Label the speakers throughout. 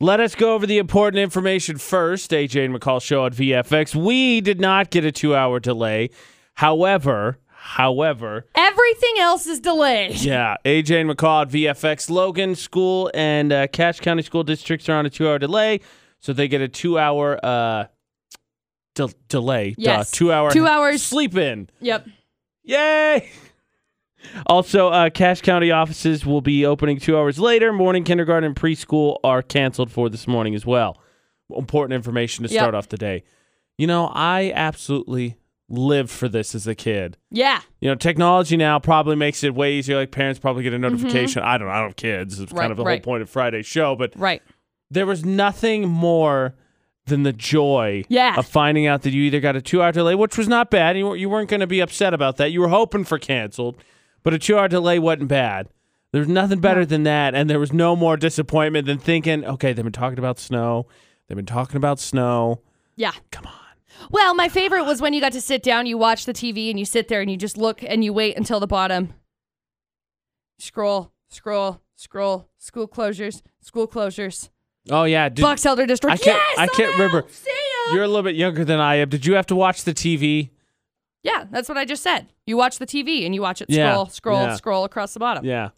Speaker 1: Let us go over the important information first. AJ and McCall show on VFX. We did not get a two hour delay. However, however,
Speaker 2: Everything else is delayed.
Speaker 1: yeah, AJ and McCall at VFX. Logan School and uh, Cache County School Districts are on a two hour delay, so they get a two hour uh, del delay. Duh,
Speaker 2: Yes.
Speaker 1: two hour
Speaker 2: Two hours.
Speaker 1: sleep in.
Speaker 2: Yep.
Speaker 1: Yay! Also, uh, Cache County offices will be opening two hours later. Morning kindergarten and preschool are canceled for this morning as well. Important information to
Speaker 2: Yep.
Speaker 1: start off the day. You know, I absolutely lived for this as a kid.
Speaker 2: Yeah.
Speaker 1: You know, technology now probably makes it way easier. Like parents probably get a notification. I don't. know. I don't have kids. It's
Speaker 2: Mm-hmm. Right,
Speaker 1: kind of the
Speaker 2: right.
Speaker 1: whole point of Friday's show. But
Speaker 2: Right.
Speaker 1: there was nothing more than the joy
Speaker 2: Yeah.
Speaker 1: of finding out that you either got a two hour delay, which was not bad. You, weren't- you weren't going to be upset about that. You were hoping for canceled, but a two hour delay wasn't bad. There's nothing better than that. And there was no more disappointment than thinking, okay, they've been talking about snow. They've been talking about snow.
Speaker 2: Yeah.
Speaker 1: Come on.
Speaker 2: Well, my favorite was when you got to sit down, you watch the TV, and you sit there and you just look and you wait until the bottom. Scroll, scroll, scroll. School closures, school closures.
Speaker 1: Oh, yeah. Did,
Speaker 2: Box Elder District.
Speaker 1: I can't-
Speaker 2: yes,
Speaker 1: I can't
Speaker 2: know!
Speaker 1: remember.
Speaker 2: See ya!
Speaker 1: you're a little bit younger than I am. Did you have to watch the TV?
Speaker 2: Yeah, that's what I just said. You watch the TV and you watch it
Speaker 1: Yeah,
Speaker 2: scroll, scroll,
Speaker 1: yeah.
Speaker 2: scroll across the bottom.
Speaker 1: Yeah.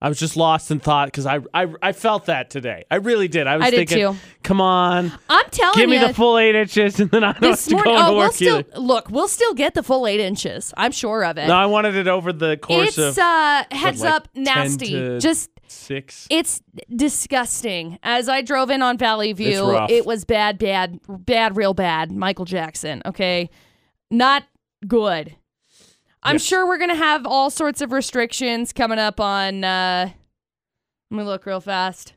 Speaker 1: I was just lost in thought because I, I I felt that today. I really did. I was
Speaker 2: I did
Speaker 1: thinking,
Speaker 2: too.
Speaker 1: come on.
Speaker 2: I'm telling
Speaker 1: Give me
Speaker 2: you.
Speaker 1: the full eight inches, and then I don't have
Speaker 2: this
Speaker 1: to
Speaker 2: morning,
Speaker 1: go into
Speaker 2: oh, we'll
Speaker 1: work
Speaker 2: still
Speaker 1: either.
Speaker 2: look. We'll still get the full eight inches. I'm sure of it.
Speaker 1: No, I wanted it over the course
Speaker 2: it's
Speaker 1: of
Speaker 2: uh, heads
Speaker 1: like,
Speaker 2: up,
Speaker 1: 10
Speaker 2: nasty.
Speaker 1: to-
Speaker 2: Just
Speaker 1: six.
Speaker 2: It's disgusting. As I drove in on Valley View,
Speaker 1: rough.
Speaker 2: it was bad, bad, bad, real bad. Michael Jackson, okay? Not good. I'm
Speaker 1: Yes.
Speaker 2: sure we're going to have all sorts of restrictions coming up on. Uh, let me look real fast.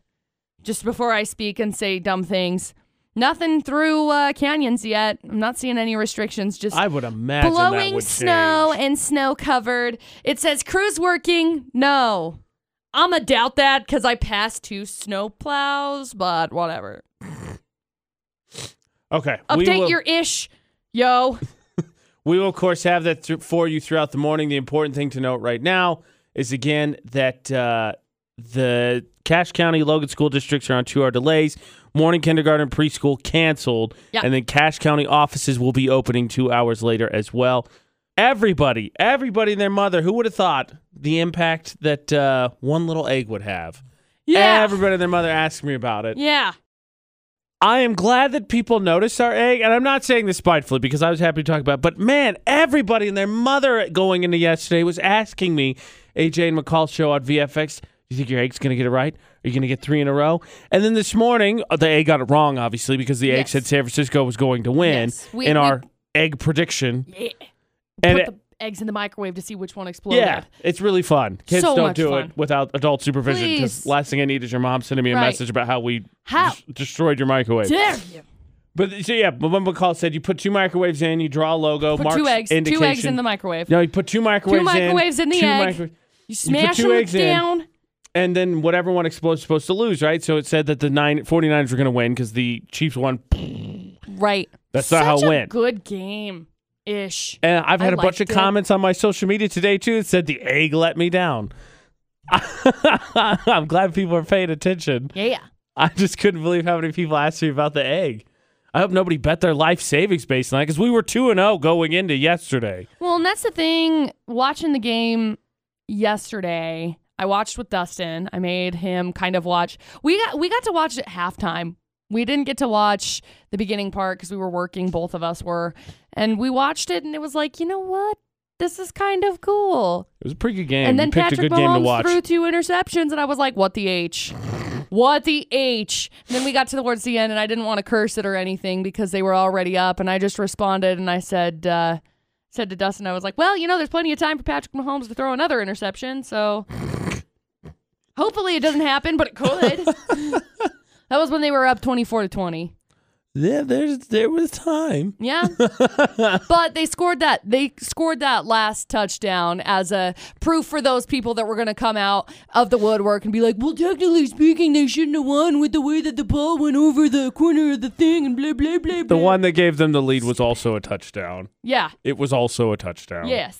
Speaker 2: Just before I speak and say dumb things. Nothing through uh, canyons yet. I'm not seeing any restrictions. Just
Speaker 1: I would imagine that
Speaker 2: blowing
Speaker 1: would
Speaker 2: snow
Speaker 1: change.
Speaker 2: and snow covered. It says crews working. No. I'm going to doubt that because I passed two snow plows, but whatever.
Speaker 1: Okay, we
Speaker 2: Update
Speaker 1: will,
Speaker 2: your ish. Yo.
Speaker 1: we will of course have that thr- for you throughout the morning. The important thing to note right now is again that uh, the Cache County Logan school districts are on two-hour delays. Morning kindergarten and preschool canceled,
Speaker 2: Yeah.
Speaker 1: and then Cache County offices will be opening two hours later as well. Everybody, everybody, and their mother. Who would have thought the impact that uh, one little egg would have?
Speaker 2: Yeah.
Speaker 1: Everybody and their mother asked me about it.
Speaker 2: yeah.
Speaker 1: I am glad that people noticed our egg, and I'm not saying this spitefully because I was happy to talk about. It, but man, everybody and their mother going into yesterday was asking me, AJ and McCall show on VFX. Do you think your egg's gonna get it right? Are you gonna get three in a row? And then this morning, uh, the egg got it wrong, obviously, because the egg
Speaker 2: Yes.
Speaker 1: said San Francisco was going to win
Speaker 2: Yes. We-
Speaker 1: in
Speaker 2: we-
Speaker 1: our egg prediction.
Speaker 2: Yeah.
Speaker 1: And
Speaker 2: Put
Speaker 1: it-
Speaker 2: the eggs in the microwave to see which one exploded.
Speaker 1: yeah, it's really fun. Kids
Speaker 2: So
Speaker 1: don't
Speaker 2: much
Speaker 1: do
Speaker 2: fun.
Speaker 1: it without adult supervision
Speaker 2: Please.
Speaker 1: because last thing I need is your mom sending me a
Speaker 2: Right.
Speaker 1: message about how we
Speaker 2: How?
Speaker 1: des- destroyed your microwave.
Speaker 2: Dare you.
Speaker 1: But so yeah, but when McCall said you put two microwaves in, you draw a logo,
Speaker 2: Put
Speaker 1: marks
Speaker 2: two eggs.
Speaker 1: indication.
Speaker 2: Two eggs in the microwave.
Speaker 1: No, you put two microwaves.
Speaker 2: microwaves in the
Speaker 1: two
Speaker 2: egg.
Speaker 1: micro-
Speaker 2: You smash
Speaker 1: two
Speaker 2: them
Speaker 1: eggs in.
Speaker 2: down.
Speaker 1: and then whatever one explodes is supposed to lose, right? So it said that the nine, 49ers were going to win because the Chiefs won.
Speaker 2: Right.
Speaker 1: That's not how it
Speaker 2: Such a
Speaker 1: went.
Speaker 2: Good game ish.
Speaker 1: And I've
Speaker 2: I
Speaker 1: had a bunch of
Speaker 2: liked it.
Speaker 1: comments on my social media today too that said the egg let me down. I'm glad people are paying attention.
Speaker 2: Yeah.
Speaker 1: I just couldn't believe how many people asked me about the egg. I hope nobody bet their life savings based on that because we were two and zero going into yesterday.
Speaker 2: Well, and that's the thing. Watching the game yesterday, I watched with Dustin. I made him kind of watch. We got we got to watch at halftime. We didn't get to watch the beginning part because we were working. Both of us were, and we watched it, and it was like, you know what? This is kind of cool.
Speaker 1: It was a pretty good game.
Speaker 2: And then
Speaker 1: you picked
Speaker 2: Patrick
Speaker 1: a good game
Speaker 2: Mahomes
Speaker 1: to watch.
Speaker 2: threw two interceptions, and I was like, "What the h? What the h?" And then we got to towards the end, and I didn't want to curse it or anything because they were already up, and I just responded and I said, uh, said to Dustin, I was like, "Well, you know, there's plenty of time for Patrick Mahomes to throw another interception, so hopefully it doesn't happen, but it could." that was when they were up twenty-four to twenty.
Speaker 1: Yeah, there's there was time.
Speaker 2: Yeah. but they scored that they scored that last touchdown as a proof for those people that were going to come out of the woodwork and be like, "Well, technically speaking, they shouldn't have won with the way that the ball went over the corner of the thing and blah blah blah."
Speaker 1: The
Speaker 2: blah."
Speaker 1: one that gave them the lead was also a touchdown.
Speaker 2: Yeah.
Speaker 1: It was also a touchdown.
Speaker 2: Yes.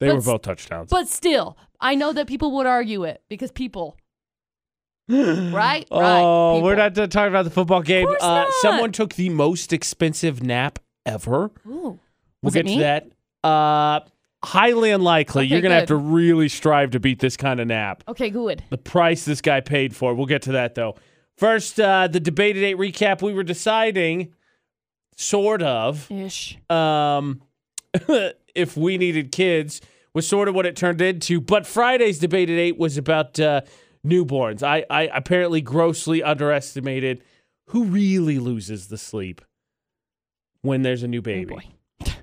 Speaker 1: They
Speaker 2: but
Speaker 1: were
Speaker 2: s-
Speaker 1: both touchdowns.
Speaker 2: But still, I know that people would argue it because people Right? right.
Speaker 1: Oh, we're
Speaker 2: people.
Speaker 1: not done talking about the football game.
Speaker 2: course
Speaker 1: uh,
Speaker 2: not.
Speaker 1: Someone took the most expensive nap ever.
Speaker 2: Ooh.
Speaker 1: We'll
Speaker 2: Was
Speaker 1: get
Speaker 2: it
Speaker 1: to
Speaker 2: me?
Speaker 1: that. Uh, highly unlikely.
Speaker 2: Okay,
Speaker 1: You're gonna have to
Speaker 2: good.
Speaker 1: really strive to beat this kind of nap.
Speaker 2: Okay, good.
Speaker 1: The price this guy paid for. it. We'll get to that though. First, uh, the debate eight recap. We were deciding, sort of,
Speaker 2: Ish.
Speaker 1: um, if we needed kids was sort of what it turned into. But Friday's debate at eight was about uh, newborns. I, I apparently grossly underestimated who really loses the sleep when there's a new baby.
Speaker 2: boy.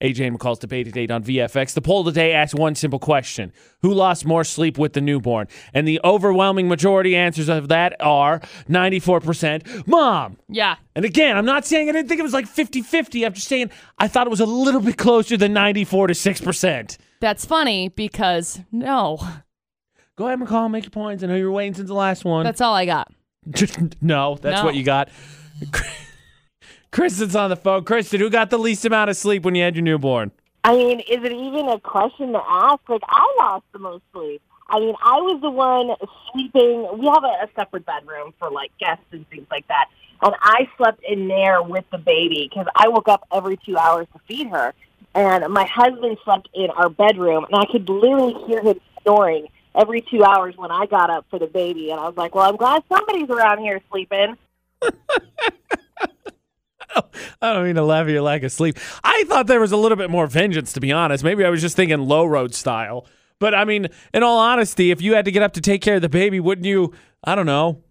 Speaker 1: AJ and McCall's debate at eight on VFX. The poll today asked one simple question Who lost more sleep with the newborn? And the overwhelming majority answers of that are 94% mom.
Speaker 2: Yeah.
Speaker 1: And again, I'm not saying I didn't think it was like 50 50. I'm just saying I thought it was a little bit closer than 94 to 6%.
Speaker 2: That's funny because no.
Speaker 1: Go ahead, McCall, make your points. I know you were waiting since the last one.
Speaker 2: That's all I got.
Speaker 1: no, that's
Speaker 2: No.
Speaker 1: what you got. Kristen's on the phone. Kristen, who got the least amount of sleep when you had your newborn?
Speaker 3: I mean, is it even a question to ask? Like, I lost the most sleep. I mean, I was the one sleeping. We have a, a separate bedroom for like guests and things like that, and I slept in there with the baby because I woke up every two hours to feed her, and my husband slept in our bedroom, and I could literally hear him snoring every two hours when I got up for the baby, and I was like, "Well, I'm glad somebody's around here sleeping."
Speaker 1: I don't mean to laugh at your lack of sleep. I thought there was a little bit more vengeance, to be honest. Maybe I was just thinking low road style. But I mean, in all honesty, if you had to get up to take care of the baby, wouldn't you? I don't know.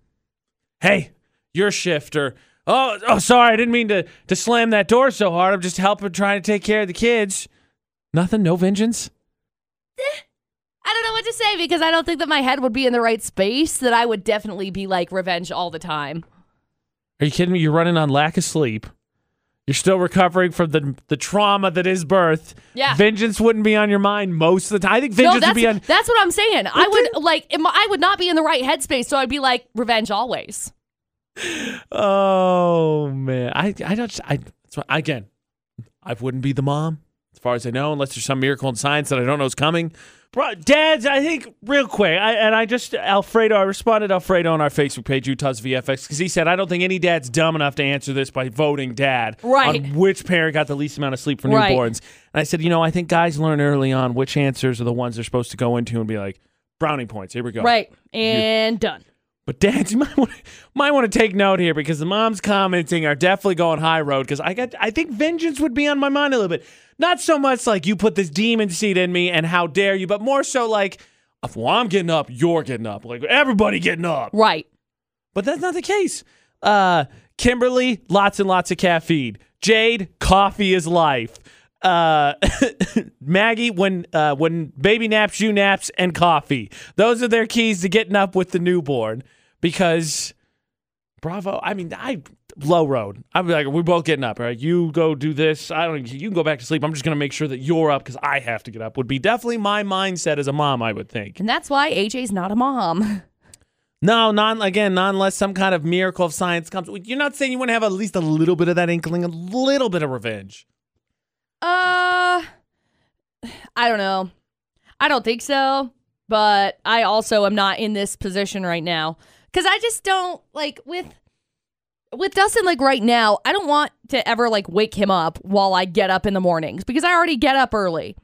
Speaker 1: Hey, your shift or oh, oh, sorry, I didn't mean to to slam that door so hard. I'm just helping, trying to take care of the kids. Nothing, no vengeance.
Speaker 2: I don't know what to say because I don't think that my head would be in the right space that I would definitely be like revenge all the time.
Speaker 1: Are you kidding me? You're running on lack of sleep. You're still recovering from the the trauma that is birth.
Speaker 2: Yeah.
Speaker 1: vengeance wouldn't be on your mind most of the time. I think
Speaker 2: No,
Speaker 1: vengeance would
Speaker 2: that's,
Speaker 1: be on
Speaker 2: that's what I'm saying. I would like am- I would not be in the right headspace, so I'd be like revenge always.
Speaker 1: Oh man, I I don't I that's why- again, I wouldn't be the mom as far as I know, unless there's some miracle in science that I don't know is coming. Bro, dads, I think real quick, I, and I just Alfredo, I responded to Alfredo on our Facebook page, Utah's VFX, because he said I don't think any dad's dumb enough to answer this by voting dad
Speaker 2: Right.
Speaker 1: on which parent got the least amount of sleep for
Speaker 2: Right.
Speaker 1: newborns. And I said, you know, I think guys learn early on which answers are the ones they're supposed to go into and be like brownie points. Here we go.
Speaker 2: Right. And done.
Speaker 1: But dads, you might want to, might want to take note here because the moms commenting are definitely going high road. Because I got, I think vengeance would be on my mind a little bit. Not so much like you put this demon seed in me and how dare you, but more so like, if, well, I'm getting up, you're getting up, like everybody getting up.
Speaker 2: Right.
Speaker 1: But that's not the case. Uh, Kimberly, lots and lots of caffeine. Jade, coffee is life. Uh, Maggie, when uh, when baby naps, you naps, and coffee. Those are their keys to getting up with the newborn. Because Bravo, I mean, I low road. I'd be like, we're both getting up. All right, you go do this. I don't. You can go back to sleep. I'm just gonna make sure that you're up because I have to get up. Would be definitely my mindset as a mom. I would think.
Speaker 2: And that's why AJ's not a mom.
Speaker 1: No, not again, not unless some kind of miracle of science comes. You're not saying you wouldn't have at least a little bit of that inkling, a little bit of revenge.
Speaker 2: Uh I don't know. I don't think so, but I also am not in this position right now cuz I just don't like with with Dustin like right now, I don't want to ever like wake him up while I get up in the mornings because I already get up early.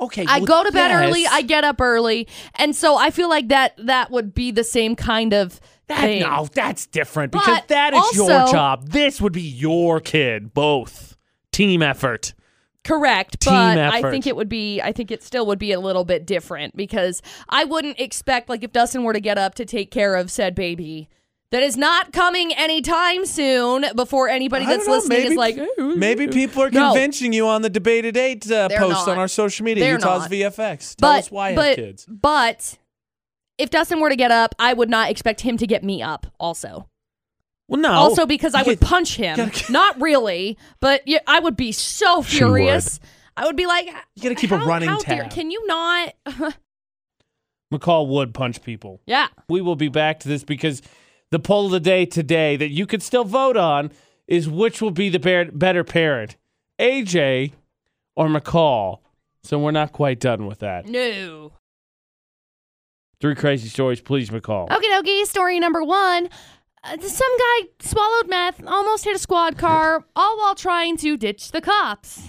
Speaker 1: Okay,
Speaker 2: I
Speaker 1: well,
Speaker 2: go to bed
Speaker 1: yes.
Speaker 2: early, I get up early, and so I feel like that that would be the same kind of
Speaker 1: That-
Speaker 2: thing.
Speaker 1: no, that's different because
Speaker 2: But
Speaker 1: that is your
Speaker 2: also-
Speaker 1: job. This would be your kid. Both team effort.
Speaker 2: Correct,
Speaker 1: Team
Speaker 2: but
Speaker 1: effort.
Speaker 2: I think it would be I think it still would be a little bit different because I wouldn't expect like if Dustin were to get up to take care of said baby that is not coming anytime soon before anybody
Speaker 1: I
Speaker 2: that's
Speaker 1: don't know,
Speaker 2: listening
Speaker 1: maybe-
Speaker 2: is like
Speaker 1: Maybe people are
Speaker 2: No.
Speaker 1: convincing you on the debate at eight uh,
Speaker 2: They're
Speaker 1: post on
Speaker 2: not.
Speaker 1: our social media,
Speaker 2: They're
Speaker 1: Utah's
Speaker 2: not.
Speaker 1: VFX. Tell
Speaker 2: but
Speaker 1: us why
Speaker 2: but
Speaker 1: have kids.
Speaker 2: but if Dustin were to get up, I would not expect him to get me up also.
Speaker 1: Well, no.
Speaker 2: also because I
Speaker 1: You
Speaker 2: would
Speaker 1: get-
Speaker 2: punch him.
Speaker 1: Oh. gotta-
Speaker 2: Not really, but yeah, I would be so
Speaker 1: She would.
Speaker 2: furious. I would be like, you
Speaker 1: gotta keep a running tab."
Speaker 2: can you not?
Speaker 1: McCall would punch people.
Speaker 2: yeah,
Speaker 1: We will be back to this because the poll of the day today that you could still vote on is which will be the bear- better parent, AJ or McCall. So we're not quite done with that.
Speaker 2: no.
Speaker 1: Three crazy stories, please, McCall.
Speaker 2: Okie dokie, story number one. Uh, some guy swallowed meth, almost hit a squad car, all while trying to ditch the cops.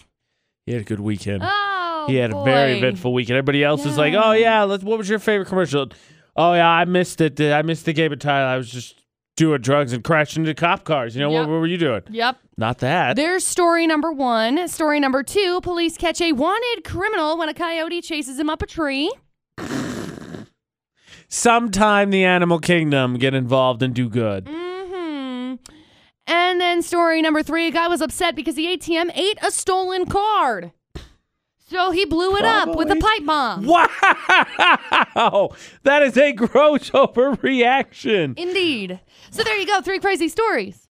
Speaker 1: He had a good weekend.
Speaker 2: Oh,
Speaker 1: he had
Speaker 2: boy.
Speaker 1: a very eventful weekend. Everybody else is like, "Oh yeah, let's, what was your favorite commercial?" Oh yeah, I missed it. I missed the game of Tyler. I was just doing drugs and crashing into cop cars. You know
Speaker 2: Yep.
Speaker 1: what, what were you doing?
Speaker 2: Yep.
Speaker 1: Not that.
Speaker 2: There's story number one. Story number two police catch a wanted criminal when a coyote chases him up a tree.
Speaker 1: Sometime the animal kingdom get involved and do good.
Speaker 2: hmm And then story number three a guy was upset because the ATM ate a stolen card. So he blew it up with a
Speaker 1: Probably.
Speaker 2: pipe bomb.
Speaker 1: Wow, that is a gross overreaction.
Speaker 2: Indeed. So there you go. Three crazy stories.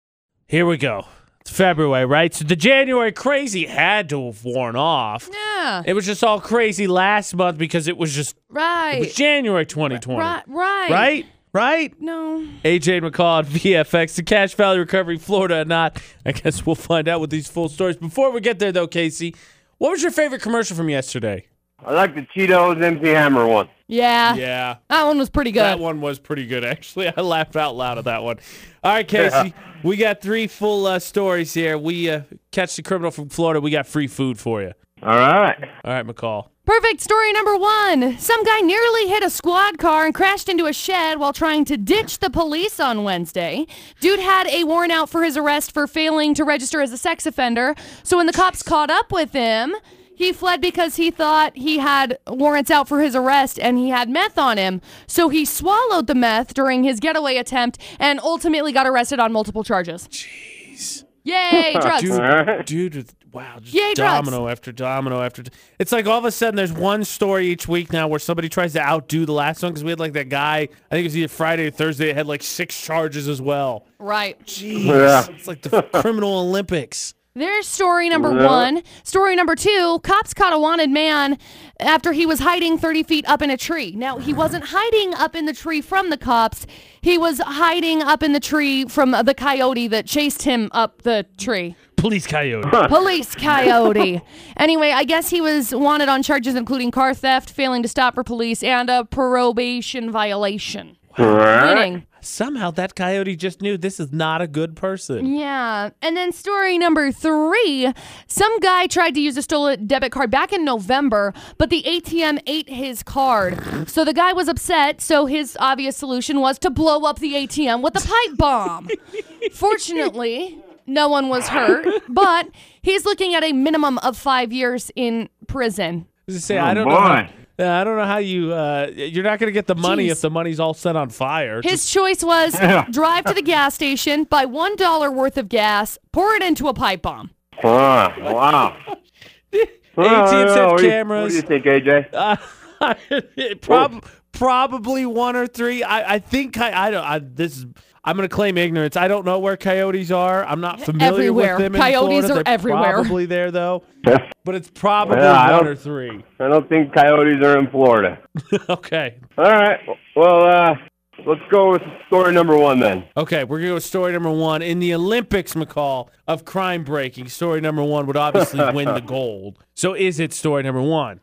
Speaker 1: Here we go. It's February, right? So the January crazy had to have worn off.
Speaker 2: Yeah.
Speaker 1: It was just all crazy last month because it was just
Speaker 2: Right.
Speaker 1: it was January 2020.
Speaker 2: Right. Right.
Speaker 1: Right? Right?
Speaker 2: No.
Speaker 1: AJ McCall at VFX, the Cash Valley Recovery, Florida or not. I guess we'll find out with these full stories. Before we get there, though, Casey, what was your favorite commercial from yesterday?
Speaker 4: I like the Cheetos MC Hammer one.
Speaker 2: Yeah.
Speaker 1: Yeah.
Speaker 2: That one was pretty good.
Speaker 1: That one was pretty good, actually. I laughed out loud at that one. All right, Casey, we got three full uh, stories here. We uh, catch the criminal from Florida. We got free food for you.
Speaker 4: All right.
Speaker 1: All right, McCall.
Speaker 2: Perfect story number one. Some guy nearly hit a squad car and crashed into a shed while trying to ditch the police on Wednesday. Dude had a warrant out for his arrest for failing to register as a sex offender. So when the cops caught up with him, he fled because he thought he had warrants out for his arrest and he had meth on him. So he swallowed the meth during his getaway attempt and ultimately got arrested on multiple charges. Jeez. Yay, drugs.
Speaker 1: Dude,
Speaker 4: right.
Speaker 1: dude, with- wow, just
Speaker 2: Yay, drugs.
Speaker 1: domino after domino after. d- It's like all of a sudden there's one story each week now where somebody tries to outdo the last one because we had like that guy. I think it was either Friday or Thursday. It had like six charges as well.
Speaker 2: Right.
Speaker 1: Jeez,
Speaker 4: Yeah.
Speaker 1: it's like the criminal Olympics.
Speaker 2: There's story number one. Story number two cops caught a wanted man after he was hiding 30 feet up in a tree. Now, he wasn't hiding up in the tree from the cops, he was hiding up in the tree from the coyote that chased him up the tree.
Speaker 1: Police coyote.
Speaker 2: Police coyote. anyway, I guess he was wanted on charges including car theft, failing to stop for police, and a probation violation. Winning.
Speaker 1: Somehow that coyote just knew this is not a good person.
Speaker 2: Yeah. And then story number three some guy tried to use a stolen debit card back in November, but the ATM ate his card. So the guy was upset. So his obvious solution was to blow up the ATM with a pipe bomb. Fortunately, no one was hurt, but he's looking at a minimum of five years in prison.
Speaker 1: I was gonna say, I don't
Speaker 4: Oh, boy.
Speaker 1: know. How, yeah, I don't know how you. Uh, you're not going to get the money
Speaker 2: Jeez.
Speaker 1: if the money's all set on fire.
Speaker 2: His choice was drive to the gas station, buy $1 worth of gas, pour it into a pipe bomb.
Speaker 4: Ah, wow.
Speaker 1: ATM
Speaker 4: I don't
Speaker 1: set
Speaker 4: know. What do you-
Speaker 1: cameras.
Speaker 4: What do you think, AJ?
Speaker 1: Just- prob- probably one or three. I, I think I, I don't. I, this is. I'm going to claim ignorance. I don't know where coyotes are. I'm not familiar
Speaker 2: Everywhere.
Speaker 1: with them. in
Speaker 2: Coyotes
Speaker 1: Florida.
Speaker 2: are
Speaker 1: They're
Speaker 2: everywhere.
Speaker 1: Probably there though, but it's probably
Speaker 4: Yeah, I
Speaker 1: one
Speaker 4: don't-
Speaker 1: or three.
Speaker 4: I don't think coyotes are in Florida.
Speaker 1: okay.
Speaker 4: All right. Well, uh, let's go with story number one then.
Speaker 1: Okay, we're gonna go with story number one in the Olympics, McCall, of crime breaking. Story number one would obviously win the gold. So is it story number one?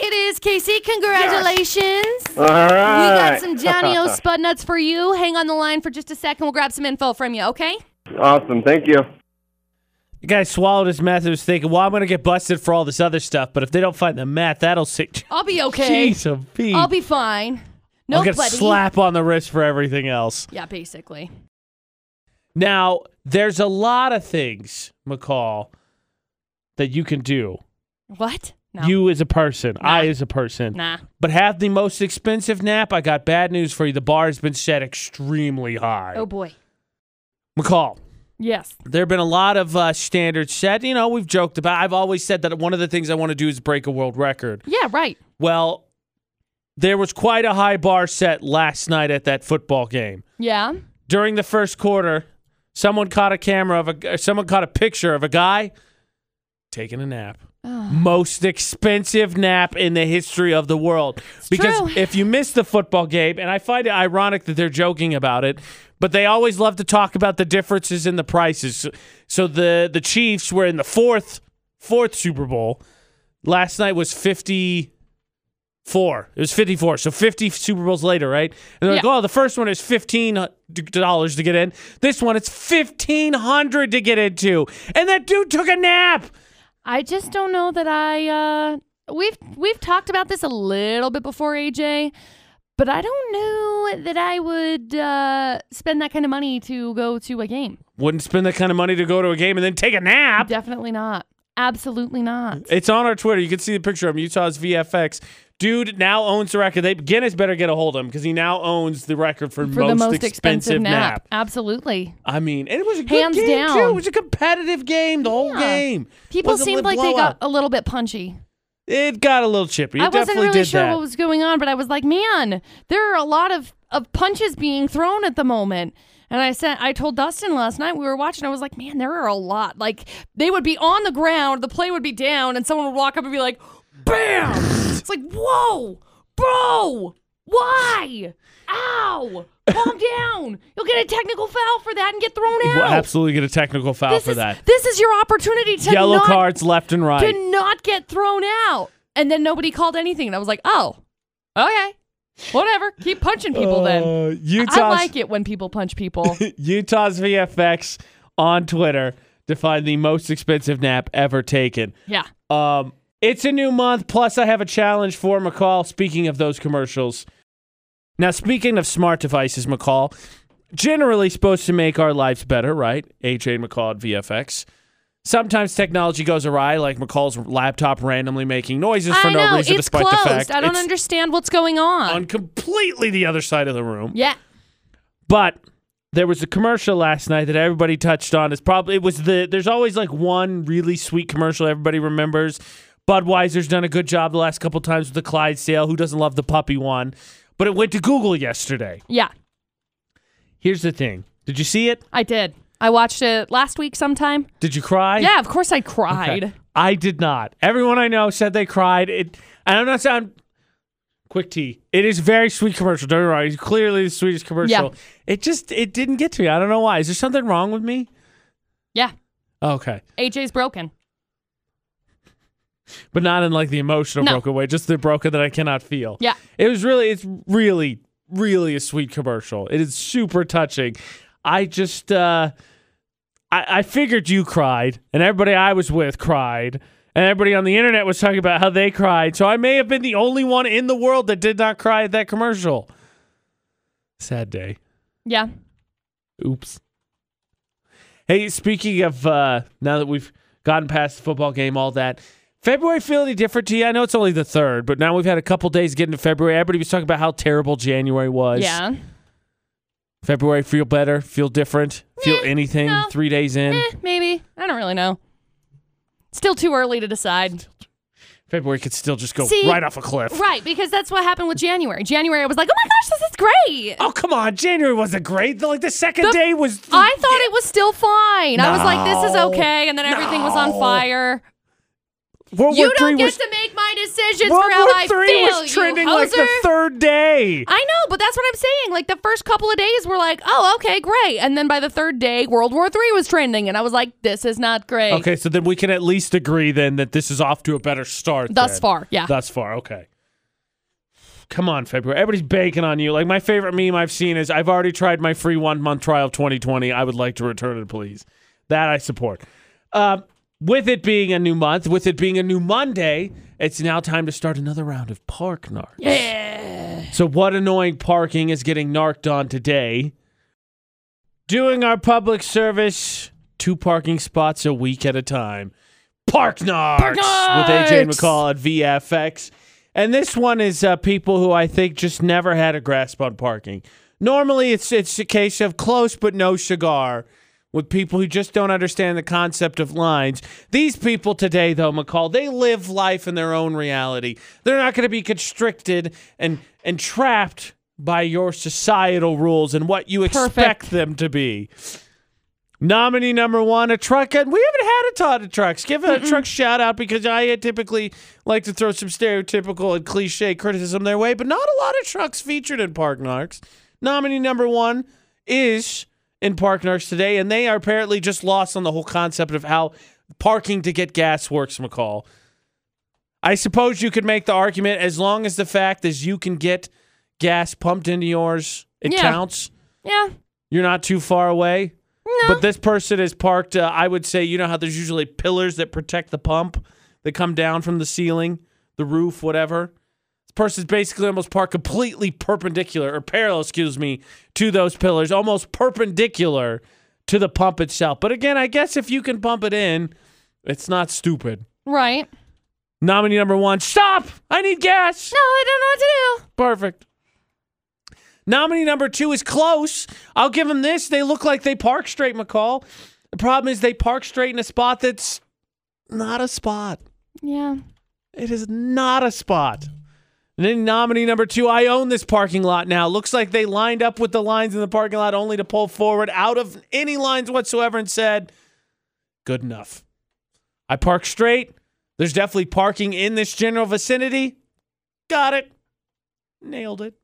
Speaker 2: It is, Casey. Congratulations.
Speaker 4: All
Speaker 2: We
Speaker 4: right.
Speaker 2: got some Johnny O Spud Nuts for you. Hang on the line for just a second. We'll grab some info from you, okay?
Speaker 4: awesome. Thank you.
Speaker 1: The guy swallowed his meth and was thinking, well, I'm going to get busted for all this other stuff, but if they don't find the meth, that'll sick.
Speaker 2: I'll be okay.
Speaker 1: Jeez, a bee.
Speaker 2: I'll be fine.
Speaker 1: I'll
Speaker 2: Nobody.
Speaker 1: get a slap on the wrist for everything else.
Speaker 2: Yeah, basically.
Speaker 1: Now, there's a lot of things, McCall, that you can do.
Speaker 2: What? No.
Speaker 1: You as a person, I as a person.
Speaker 2: nah.
Speaker 1: But have the most expensive nap. I got bad news for you. The bar has been set extremely high.
Speaker 2: Oh boy.
Speaker 1: McCall,
Speaker 2: Yes.
Speaker 1: there have been a lot of uh, standards set. You know, we've joked about. I've always said that one of the things I want to do is break a world record.
Speaker 2: Yeah. Right.
Speaker 1: Well, there was quite a high bar set last night at that football game.
Speaker 2: Yeah.
Speaker 1: During the first quarter, someone caught a camera of a someone caught a picture of a guy taking a nap. Most expensive nap in the history of the world. because
Speaker 2: true.
Speaker 1: if you miss the football game, and I find it ironic that they're joking about it, but they always love to talk about the differences in the prices. So the the Chiefs were in the fourth fourth Super Bowl. Last night was 50 Four. It was 54. So 50 Super Bowls later, right? And they're
Speaker 2: Yeah.
Speaker 1: like, oh, the first one is uh, $15 to get in. This one, it's 1500 to get into. And that dude took a nap.
Speaker 2: I just don't know that I uh we've we've talked about this a little bit before AJ, but I don't know that I would uh spend that kind of money to go to a game.
Speaker 1: Wouldn't spend that kind of money to go to a game and then take a nap.
Speaker 2: Definitely not. Absolutely not.
Speaker 1: It's on our Twitter. You can see the picture of him. Utah's VFX. Dude now owns the record. They, Guinness better get a hold of him because he now owns the record for,
Speaker 2: For the most expensive, nap. Absolutely.
Speaker 1: I mean, and it was a good
Speaker 2: Hands
Speaker 1: game
Speaker 2: down.
Speaker 1: too. It was a competitive game the whole
Speaker 2: Yeah.
Speaker 1: game.
Speaker 2: People
Speaker 1: Wasn't a
Speaker 2: seemed
Speaker 1: li-
Speaker 2: like they got
Speaker 1: blowout.
Speaker 2: a little bit punchy.
Speaker 1: It got a little chippy. It
Speaker 2: I wasn't
Speaker 1: definitely
Speaker 2: really
Speaker 1: did
Speaker 2: sure
Speaker 1: that.
Speaker 2: what was going on, but I was like, man, there are a lot of, of punches being thrown at the moment. And I said, I told Dustin last night we were watching. I was like, man, there are a lot. Like they would be on the ground, the play would be down, and someone would walk up and be like, bam! it's like, whoa, bro, why? Ow! Calm down. You'll get a technical foul for that and get thrown
Speaker 1: We'll
Speaker 2: out.
Speaker 1: absolutely get a technical foul
Speaker 2: this
Speaker 1: for
Speaker 2: is
Speaker 1: that.
Speaker 2: this is your opportunity to
Speaker 1: Yellow
Speaker 2: not
Speaker 1: cards left and right.
Speaker 2: to not get thrown out. And then nobody called anything. And I was like, oh, okay. Whatever. Keep punching people then.
Speaker 1: Uh, Utah's,
Speaker 2: I like it when people punch people.
Speaker 1: Utah's VFX on Twitter to find the most expensive nap ever taken.
Speaker 2: yeah.
Speaker 1: Um, it's a new month. Plus, I have a challenge for McCall. Speaking of those commercials, now speaking of smart devices, McCall, generally supposed to make our lives better, right? AJ McCall at VFX. Sometimes technology goes awry, like McCall's laptop randomly making noises for
Speaker 2: I
Speaker 1: no
Speaker 2: know.
Speaker 1: reason,
Speaker 2: it's
Speaker 1: despite
Speaker 2: closed.
Speaker 1: the fact
Speaker 2: I don't
Speaker 1: it's
Speaker 2: understand what's going on.
Speaker 1: on completely the other side of the room.
Speaker 2: yeah.
Speaker 1: But there was a commercial last night that everybody touched on. It's probably it was the there's always like one really sweet commercial everybody remembers. Budweiser's done a good job the last couple times with the Clydesdale. Who doesn't love the puppy one? But it went to Google yesterday.
Speaker 2: Yeah.
Speaker 1: Here's the thing. Did you see it?
Speaker 2: I did. I watched it last week sometime.
Speaker 1: Did you cry?
Speaker 2: yeah, of course I cried.
Speaker 1: Okay. I did not. Everyone I know said they cried. It, and I'm not saying. Quick tea. It is very sweet commercial. Don't get me wrong. It's clearly the sweetest commercial. It just it didn't get to me. I don't know why. Is there something wrong with me?
Speaker 2: Yeah.
Speaker 1: Okay.
Speaker 2: AJ's broken.
Speaker 1: but not in like the emotional
Speaker 2: No.
Speaker 1: broken way, just the broken that I cannot feel.
Speaker 2: Yeah.
Speaker 1: It was really, it's really, really a sweet commercial. It is super touching. I just, uh, I, I figured you cried, and everybody I was with cried, and everybody on the internet was talking about how they cried. So I may have been the only one in the world that did not cry at that commercial. Sad day.
Speaker 2: Yeah.
Speaker 1: Oops. Hey, speaking of uh, now that we've gotten past the football game, all that. February feel any different to you? I know it's only the third, but now we've had a couple days getting to February. Everybody was talking about how terrible January was.
Speaker 2: Yeah.
Speaker 1: February feel better, feel different, feel
Speaker 2: Eh,
Speaker 1: anything.
Speaker 2: no.
Speaker 1: Three days in,
Speaker 2: Eh, maybe. I don't really know. Still too early to decide.
Speaker 1: February could still just go
Speaker 2: See-
Speaker 1: right off a cliff.
Speaker 2: Right, because that's what happened with January. January, I was like, oh my gosh, this is great.
Speaker 1: Oh come on, January wasn't great. Like the second
Speaker 2: The-
Speaker 1: day was.
Speaker 2: I thought it was still fine. I was like, this is
Speaker 1: No.
Speaker 2: okay. And then everything was on
Speaker 1: No.
Speaker 2: fire.
Speaker 1: World
Speaker 2: you
Speaker 1: War
Speaker 2: don't
Speaker 1: III
Speaker 2: get
Speaker 1: was,
Speaker 2: to make my decisions
Speaker 1: World
Speaker 2: for how
Speaker 1: War
Speaker 2: I
Speaker 1: III
Speaker 2: feel.
Speaker 1: was trending
Speaker 2: you
Speaker 1: like the
Speaker 2: hoser.
Speaker 1: third day.
Speaker 2: I know, but that's what I'm saying. Like the first couple of days were like, oh, okay, great. And then by the third day, World War III was trending. And I was like, this is not great.
Speaker 1: Okay, so then we can at least agree then that this is off to a better start.
Speaker 2: Thus
Speaker 1: then.
Speaker 2: far, yeah.
Speaker 1: Thus far, okay. Come on, February. Everybody's banking on you. Like my favorite meme I've seen is I've already tried my free one month trial of 2020. I would like to return it, please. That I support. Um, with it being a new month, with it being a new Monday, it's now time to start another round of park narcs.
Speaker 2: yeah.
Speaker 1: So, what annoying parking is getting narked on today? Doing our public service, two parking spots a week at a time. Park narks
Speaker 2: Park
Speaker 1: with AJ and
Speaker 2: narks!
Speaker 1: McCall at VFX. And this one is uh, people who I think just never had a grasp on parking. Normally, it's it's a case of close but no cigar with people who just don't understand the concept of lines. These people today, though, McCall, they live life in their own reality. They're not going to be constricted and and trapped by your societal rules and what you expect
Speaker 2: Perfect.
Speaker 1: them to be. Nominee number one, a truck. And we haven't had a ton of trucks. Give a truck shout out because I typically like to throw some stereotypical and cliche criticism their way, but not a lot of trucks featured in Park Narks. Nominee number one is in Park Narks today, and they are apparently just lost on the whole concept of how parking to get gas works, McCall. I I suppose you could make the argument as long as the fact is you can get gas pumped into yours, it
Speaker 2: Yeah.
Speaker 1: counts.
Speaker 2: Yeah.
Speaker 1: You're not too far away.
Speaker 2: No.
Speaker 1: But this person is parked. Uh, I would say, you know how there's usually pillars that protect the pump that come down from the ceiling, the roof, whatever. This person's basically almost parked completely perpendicular or parallel, excuse me, to those pillars, almost perpendicular to the pump itself. But again, I guess if you can pump it in, it's not stupid.
Speaker 2: right.
Speaker 1: Nominee number one, stop! I need gas!
Speaker 2: No, I don't know what to do.
Speaker 1: Perfect. Nominee number two is close. I'll give them this. They look like they park straight, McCall. The problem is they park straight in a spot that's not a spot.
Speaker 2: Yeah.
Speaker 1: It is not a spot. And then nominee number two, I own this parking lot now. Looks like they lined up with the lines in the parking lot only to pull forward out of any lines whatsoever and said, good enough. I park straight. There's definitely parking in this general vicinity. Got it. Nailed it.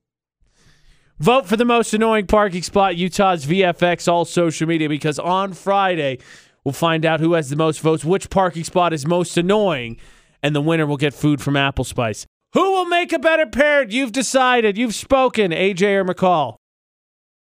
Speaker 1: Vote for the most annoying parking spot, Utah's VFX, all social media, because on Friday, we'll find out who has the most votes, which parking spot is most annoying, and the winner will get food from Apple Spice. Who will make a better paired? You've decided. You've spoken, AJ or McCall.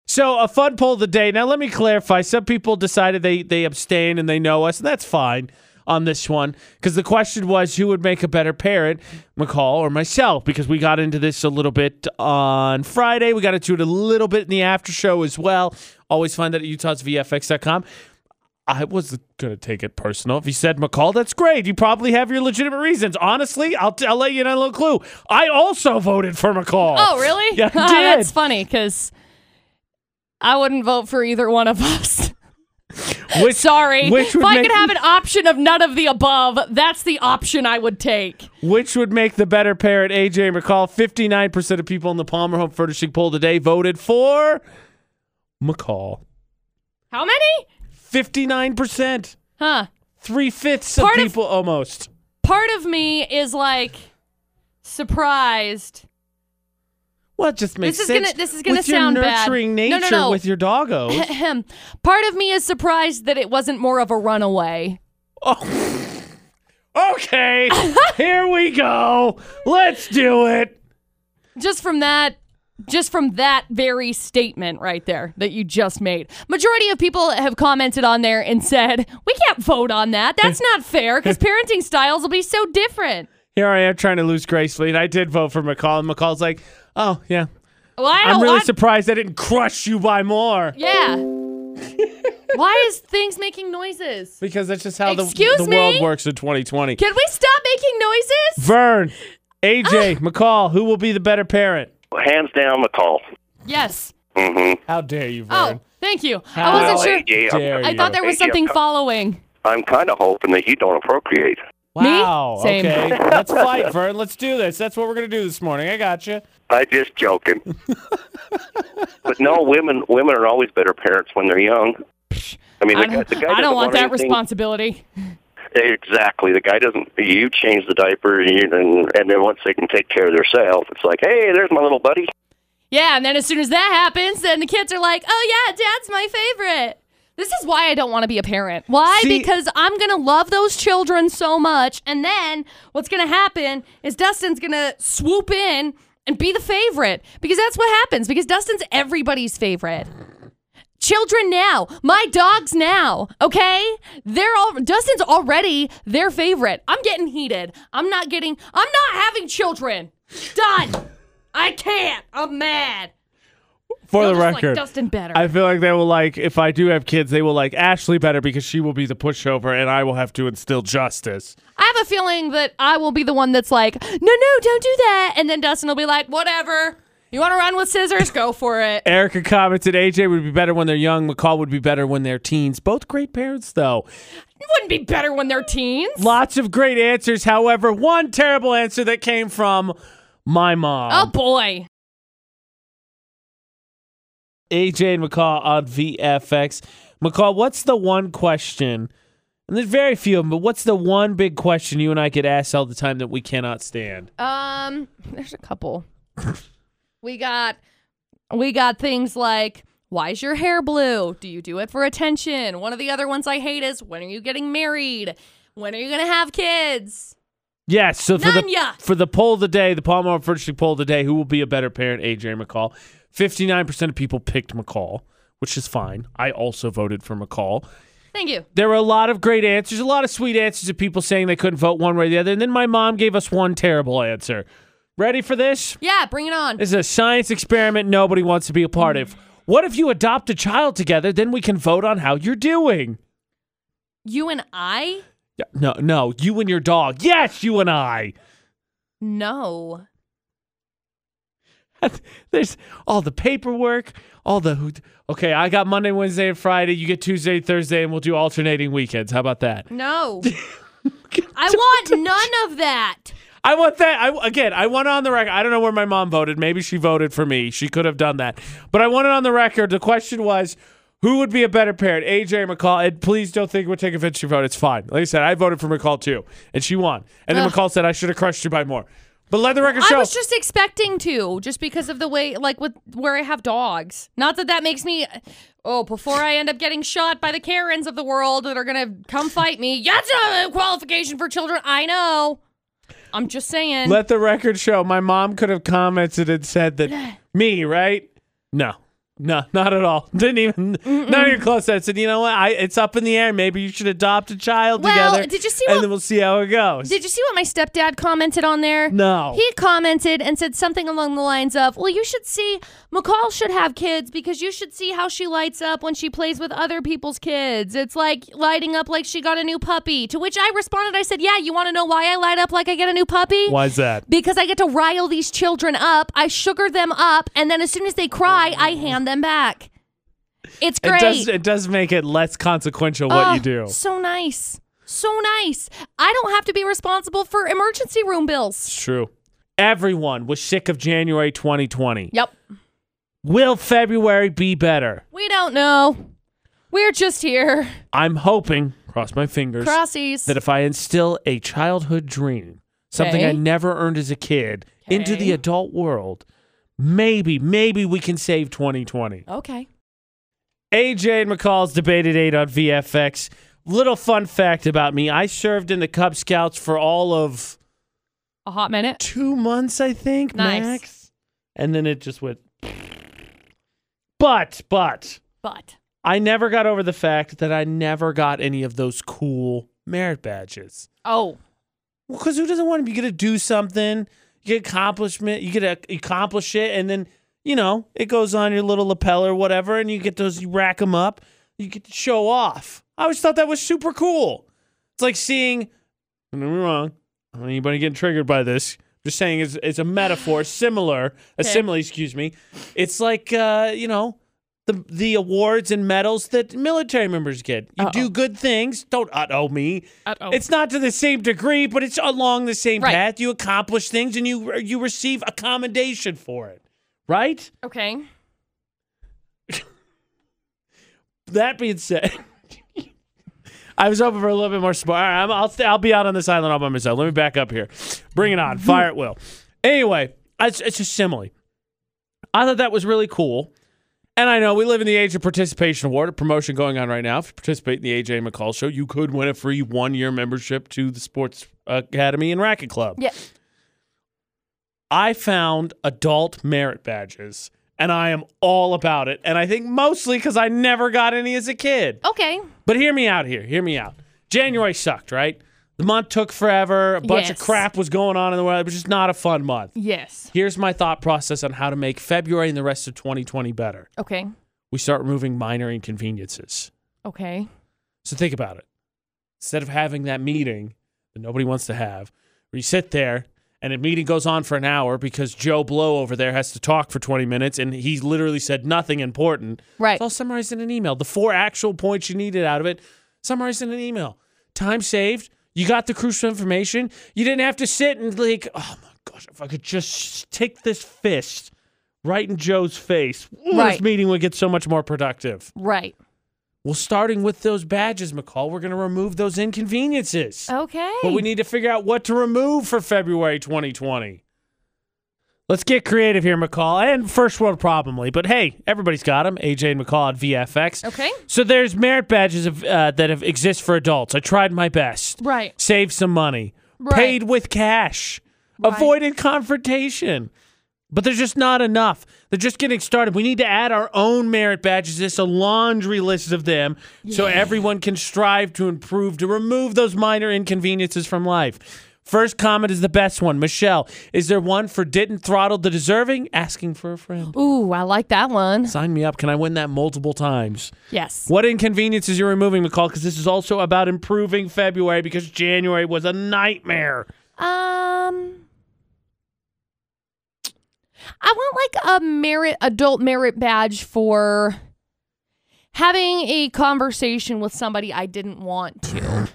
Speaker 1: So, a fun poll of the day. Now, let me clarify. Some people decided they, they abstain and they know us, and that's fine on this one because the question was who would make a better parent, McCall or myself? Because we got into this a little bit on Friday. We got into it a little bit in the after show as well. Always find that at utahsvfx.com. I wasn't going to take it personal. If you said McCall, that's great. You probably have your legitimate reasons. Honestly, I'll, t- I'll let you in on a little clue. I also voted for McCall.
Speaker 2: Oh, really?
Speaker 1: Yeah, I did.
Speaker 2: That's funny because I wouldn't vote for either one of us.
Speaker 1: Which-
Speaker 2: Sorry.
Speaker 1: Which would
Speaker 2: if I
Speaker 1: make-
Speaker 2: could have an option of none of the above, that's the option I would take.
Speaker 1: Which would make the better pair at AJ and McCall? 59% of people in the Palmer Home Furnishing poll today voted for McCall.
Speaker 2: How many?
Speaker 1: 59%.
Speaker 2: Huh.
Speaker 1: Three fifths of
Speaker 2: Part of-
Speaker 1: people almost.
Speaker 2: Part of me is like surprised.
Speaker 1: Well, it just makes
Speaker 2: This is
Speaker 1: sense.
Speaker 2: gonna- this is gonna
Speaker 1: with
Speaker 2: sound
Speaker 1: your
Speaker 2: bad.
Speaker 1: nurturing
Speaker 2: No, no,
Speaker 1: nature
Speaker 2: no.
Speaker 1: with your doggo.
Speaker 2: Ahem. Part of me is surprised that it wasn't more of a runaway.
Speaker 1: Oh. okay, here we go. Let's do it.
Speaker 2: just from that just from that very statement right there that you just made majority of people have commented on there and said we can't vote on that that's not fair because parenting styles will be so different
Speaker 1: Here I am trying to lose gracefully, and I did vote for McCall. And McCall's like, oh, yeah.
Speaker 2: well, I don't
Speaker 1: I'm really
Speaker 2: want-
Speaker 1: surprised I didn't crush you by more.
Speaker 2: yeah why is things making noises
Speaker 1: Because that's just how the,
Speaker 2: Excuse
Speaker 1: the
Speaker 2: me?
Speaker 1: world works in 2020.
Speaker 2: can we stop making noises
Speaker 1: Vern,
Speaker 2: Oh.
Speaker 1: AJ, McCall, who will be the better parent?
Speaker 5: Hands down, McCall.
Speaker 2: yes
Speaker 5: Mm-hmm.
Speaker 1: How dare you, Vern?
Speaker 2: oh thank you
Speaker 1: How
Speaker 2: i
Speaker 1: Well,
Speaker 2: wasn't sure
Speaker 5: AJ,
Speaker 1: Dare
Speaker 5: I'm,
Speaker 2: i thought there was
Speaker 5: Hey,
Speaker 2: something
Speaker 5: yeah.
Speaker 2: following
Speaker 5: I'm kind of hoping that you don't procreate.
Speaker 2: me?
Speaker 1: Wow.
Speaker 2: Same.
Speaker 1: Okay. Let's fight, Vern. Let's do this. That's what we're gonna do this morning. I got you.
Speaker 5: I just joking. but no, women women are always better parents when they're young. I mean, the
Speaker 2: I
Speaker 5: guy,
Speaker 2: don't,
Speaker 5: the guy
Speaker 2: I
Speaker 5: doesn't
Speaker 2: don't want that
Speaker 5: anything-
Speaker 2: responsibility
Speaker 5: Exactly. The guy doesn't. You change the diaper, you, and and then once they can take care of themselves, it's like, hey, there's my little buddy.
Speaker 2: Yeah, and then as soon as that happens, then the kids are like, "Oh yeah, dad's my favorite." This is why I don't want to be a parent. Why?
Speaker 1: See-
Speaker 2: because I'm going to love those children so much, and then what's going to happen is Dustin's going to swoop in and be the favorite because that's what happens because Dustin's everybody's favorite. Children now, my dogs now, okay? They're all Dustin's already their favorite. I'm getting heated. I'm not getting I'm not having children. Done. I can't. I'm mad.
Speaker 1: For
Speaker 2: They'll
Speaker 1: the
Speaker 2: just
Speaker 1: record.
Speaker 2: like Dustin better.
Speaker 1: I feel like they will like if I do have kids, they will like Ashley better because she will be the pushover and I will have to instill justice.
Speaker 2: I have a feeling that I will be the one that's like, no, no, don't do that. And then Dustin will be like, whatever. You want to run with scissors? Go for it.
Speaker 1: Erica commented AJ would be better when they're young, McCall would be better when they're teens. Both great parents though.
Speaker 2: It wouldn't be better when they're teens.
Speaker 1: Lots of great answers. However, one terrible answer that came from my mom.
Speaker 2: oh, boy.
Speaker 1: AJ and McCall on VFX. McCall, what's the one question? And there's very few of them, but what's the one big question you and I get asked all the time that we cannot stand?
Speaker 2: Um, There's a couple. we got we got things like why's your hair blue? Do you do it for attention? One of the other ones I hate is when are you getting married? When are you going to have kids?
Speaker 1: Yes. So for
Speaker 2: Nanya!
Speaker 1: the for the poll of the day, the Palmer District poll of the day, who will be a better parent, AJ or McCall? Fifty nine percent of people picked McCall, which is fine. I also voted for McCall.
Speaker 2: Thank you.
Speaker 1: There were a lot of great answers, a lot of sweet answers of people saying they couldn't vote one way or the other, and then my mom gave us one terrible answer. Ready for this?
Speaker 2: Yeah, bring it on.
Speaker 1: This is a science experiment nobody wants to be a part of. What if you adopt a child together? Then we can vote on how you're doing.
Speaker 2: You and I?
Speaker 1: Yeah, No, no, you and your dog. Yes, you and I.
Speaker 2: No.
Speaker 1: There's all the paperwork, all the. who- Okay, I got Monday, Wednesday, and Friday. You get Tuesday, Thursday, and we'll do alternating weekends. How about that?
Speaker 2: No. I want none of that.
Speaker 1: I want that. I again, I want it on the record. I don't know where my mom voted. Maybe she voted for me. She could have done that, but I want it on the record. The question was, who would be a better parent, AJ or McCall? And please don't think we're taking offense to your vote. It's fine. Like I said, I voted for McCall too, and she won. And then
Speaker 2: Ugh.
Speaker 1: McCall said I should have crushed you by more. But let the record show.
Speaker 2: I was just expecting to, just because of the way, like with where I have dogs. Not that that makes me. Oh, before I end up getting shot by the Karens of the world that are gonna come fight me. That's not a qualification for children. I know. I'm just saying.
Speaker 1: Let the record show. My mom could have commented and said that me, right? No. No, not at all. Didn't even, not even close. I said, you know what? I, it's up in the air. Maybe you should adopt a child
Speaker 2: Well,
Speaker 1: together.
Speaker 2: did you see
Speaker 1: And
Speaker 2: what-
Speaker 1: then we'll see how it goes.
Speaker 2: Did you see what my stepdad commented on there?
Speaker 1: No.
Speaker 2: He commented and said something along the lines of, "Well, you should see McCall should have kids because you should see how she lights up when she plays with other people's kids. It's like lighting up like she got a new puppy." To which I responded, I said, "Yeah, you want to know why I light up like I get a new puppy?"
Speaker 1: Why's that?
Speaker 2: Because I get to rile these children up. I sugar them up, and then as soon as they cry, I hand them back. It's great.
Speaker 1: Oh. It does, it does make it less consequential what you
Speaker 2: Oh,
Speaker 1: do.
Speaker 2: So nice. So nice. I don't have to be responsible for emergency room bills.
Speaker 1: It's true. Everyone was sick of January 2020.
Speaker 2: Yep.
Speaker 1: Will February be better?
Speaker 2: We don't know. We're just here.
Speaker 1: I'm hoping, cross my fingers,
Speaker 2: Crossies.
Speaker 1: that if I instill a childhood dream, something I
Speaker 2: Okay.
Speaker 1: never earned as a kid, into
Speaker 2: Okay.
Speaker 1: the adult world, maybe, maybe we can save 2020.
Speaker 2: okay.
Speaker 1: AJ and McCall's debated eight on VFX. Little fun fact about me I served in the Cub Scouts for all of
Speaker 2: A hot minute.
Speaker 1: two months, I think,
Speaker 2: Nice.
Speaker 1: max. And then it just went. But, but,
Speaker 2: But
Speaker 1: I never got over the fact that I never got any of those cool merit badges.
Speaker 2: oh,
Speaker 1: Well, because who doesn't want to be going to do something? You get accomplishment, you get to accomplish it, and then you know it goes on your little lapel or whatever, and you get those, you rack them up, you get to show off. I always thought that was super cool. It's like seeing. Don't get me wrong. I don't want anybody getting triggered by this. I'm just saying, it's, it's a metaphor, similar, a
Speaker 2: Okay.
Speaker 1: simile, excuse me. It's like uh, you know. The, the awards and medals that military members get. You do good things. Don't uh oh me.
Speaker 2: Uh-oh.
Speaker 1: It's not to the same degree, but it's along the same
Speaker 2: Right.
Speaker 1: path. You accomplish things and you you receive a commendation for it, right?
Speaker 2: okay.
Speaker 1: That being said, I was hoping for a little bit more smart. All right, I'm, I'll st- I'll be out on this island all by myself. Let me back up here. Bring it on. Fire at will. Anyway, it's, it's a simile. I thought that was really cool. And I know we live in the age of participation award, a promotion going on right now. If you participate in the AJ McCall show, you could win a free one year membership to the Sports Academy and Racket Club.
Speaker 2: Yeah.
Speaker 1: I found adult merit badges and I am all about it. And I think mostly because I never got any as a kid.
Speaker 2: Okay.
Speaker 1: But hear me out here. Hear me out. January sucked, right? The month took forever. A bunch of
Speaker 2: Yes.
Speaker 1: crap was going on in the world. It was just not a fun month.
Speaker 2: Yes.
Speaker 1: Here's my thought process on how to make February and the rest of 2020 better.
Speaker 2: Okay.
Speaker 1: We start removing minor inconveniences.
Speaker 2: Okay.
Speaker 1: So think about it. Instead of having that meeting that nobody wants to have, where you sit there and a meeting goes on for an hour because Joe Blow over there has to talk for 20 minutes and he literally said nothing important.
Speaker 2: Right.
Speaker 1: It's all summarized in an email. The four actual points you needed out of it, summarized in an email. Time saved. You got the crucial information. You didn't have to sit and like, oh my gosh, if I could just take this fist right in Joe's face, ooh, this
Speaker 2: Right.
Speaker 1: meeting would get so much more productive.
Speaker 2: Right.
Speaker 1: Well, starting with those badges, McCall, we're going to remove those inconveniences.
Speaker 2: Okay.
Speaker 1: But we need to figure out what to remove for February 2020. Let's get creative here, McCall, and first world probably. But hey, everybody's got them. AJ and McCall at VFX.
Speaker 2: Okay.
Speaker 1: So there's merit badges of, uh, that have, exist for adults. I tried my best.
Speaker 2: Right.
Speaker 1: Save some money.
Speaker 2: Right.
Speaker 1: paid with cash,
Speaker 2: Right.
Speaker 1: avoided confrontation. But there's just not enough. They're just getting started. We need to add our own merit badges. It's a laundry list of them so everyone can strive to improve, to remove those minor inconveniences from life. First comment is the best one. Michelle, is there one for didn't throttle the deserving? Asking for a friend.
Speaker 2: Ooh, I like that one.
Speaker 1: Sign me up. Can I win that multiple times?
Speaker 2: Yes.
Speaker 1: What inconveniences you're removing, McCall? Because this is also about improving February because January was a nightmare.
Speaker 2: Um, I want like a merit adult merit badge for having a conversation with somebody I didn't want to. and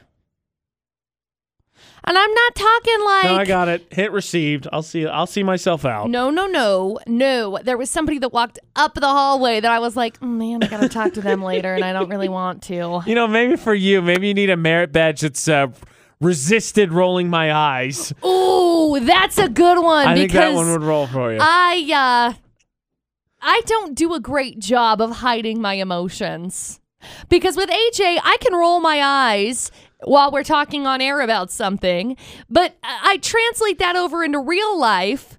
Speaker 2: I'm not talking like
Speaker 1: no, I got it. Hit received. I'll see. I'll see myself out.
Speaker 2: no, no, no, no. There was somebody that walked up the hallway that I was like, "Mm, man, I gotta talk to them later, and I don't really want to.
Speaker 1: You know, maybe for you, maybe you need a merit badge that's uh, resisted rolling my eyes.
Speaker 2: Ooh, that's a good one.
Speaker 1: I think
Speaker 2: Uh, because
Speaker 1: that one would roll for you.
Speaker 2: I uh I don't do a great job of hiding my emotions. Because with AJ, I can roll my eyes while we're talking on air about something, but I I translate that over into real life.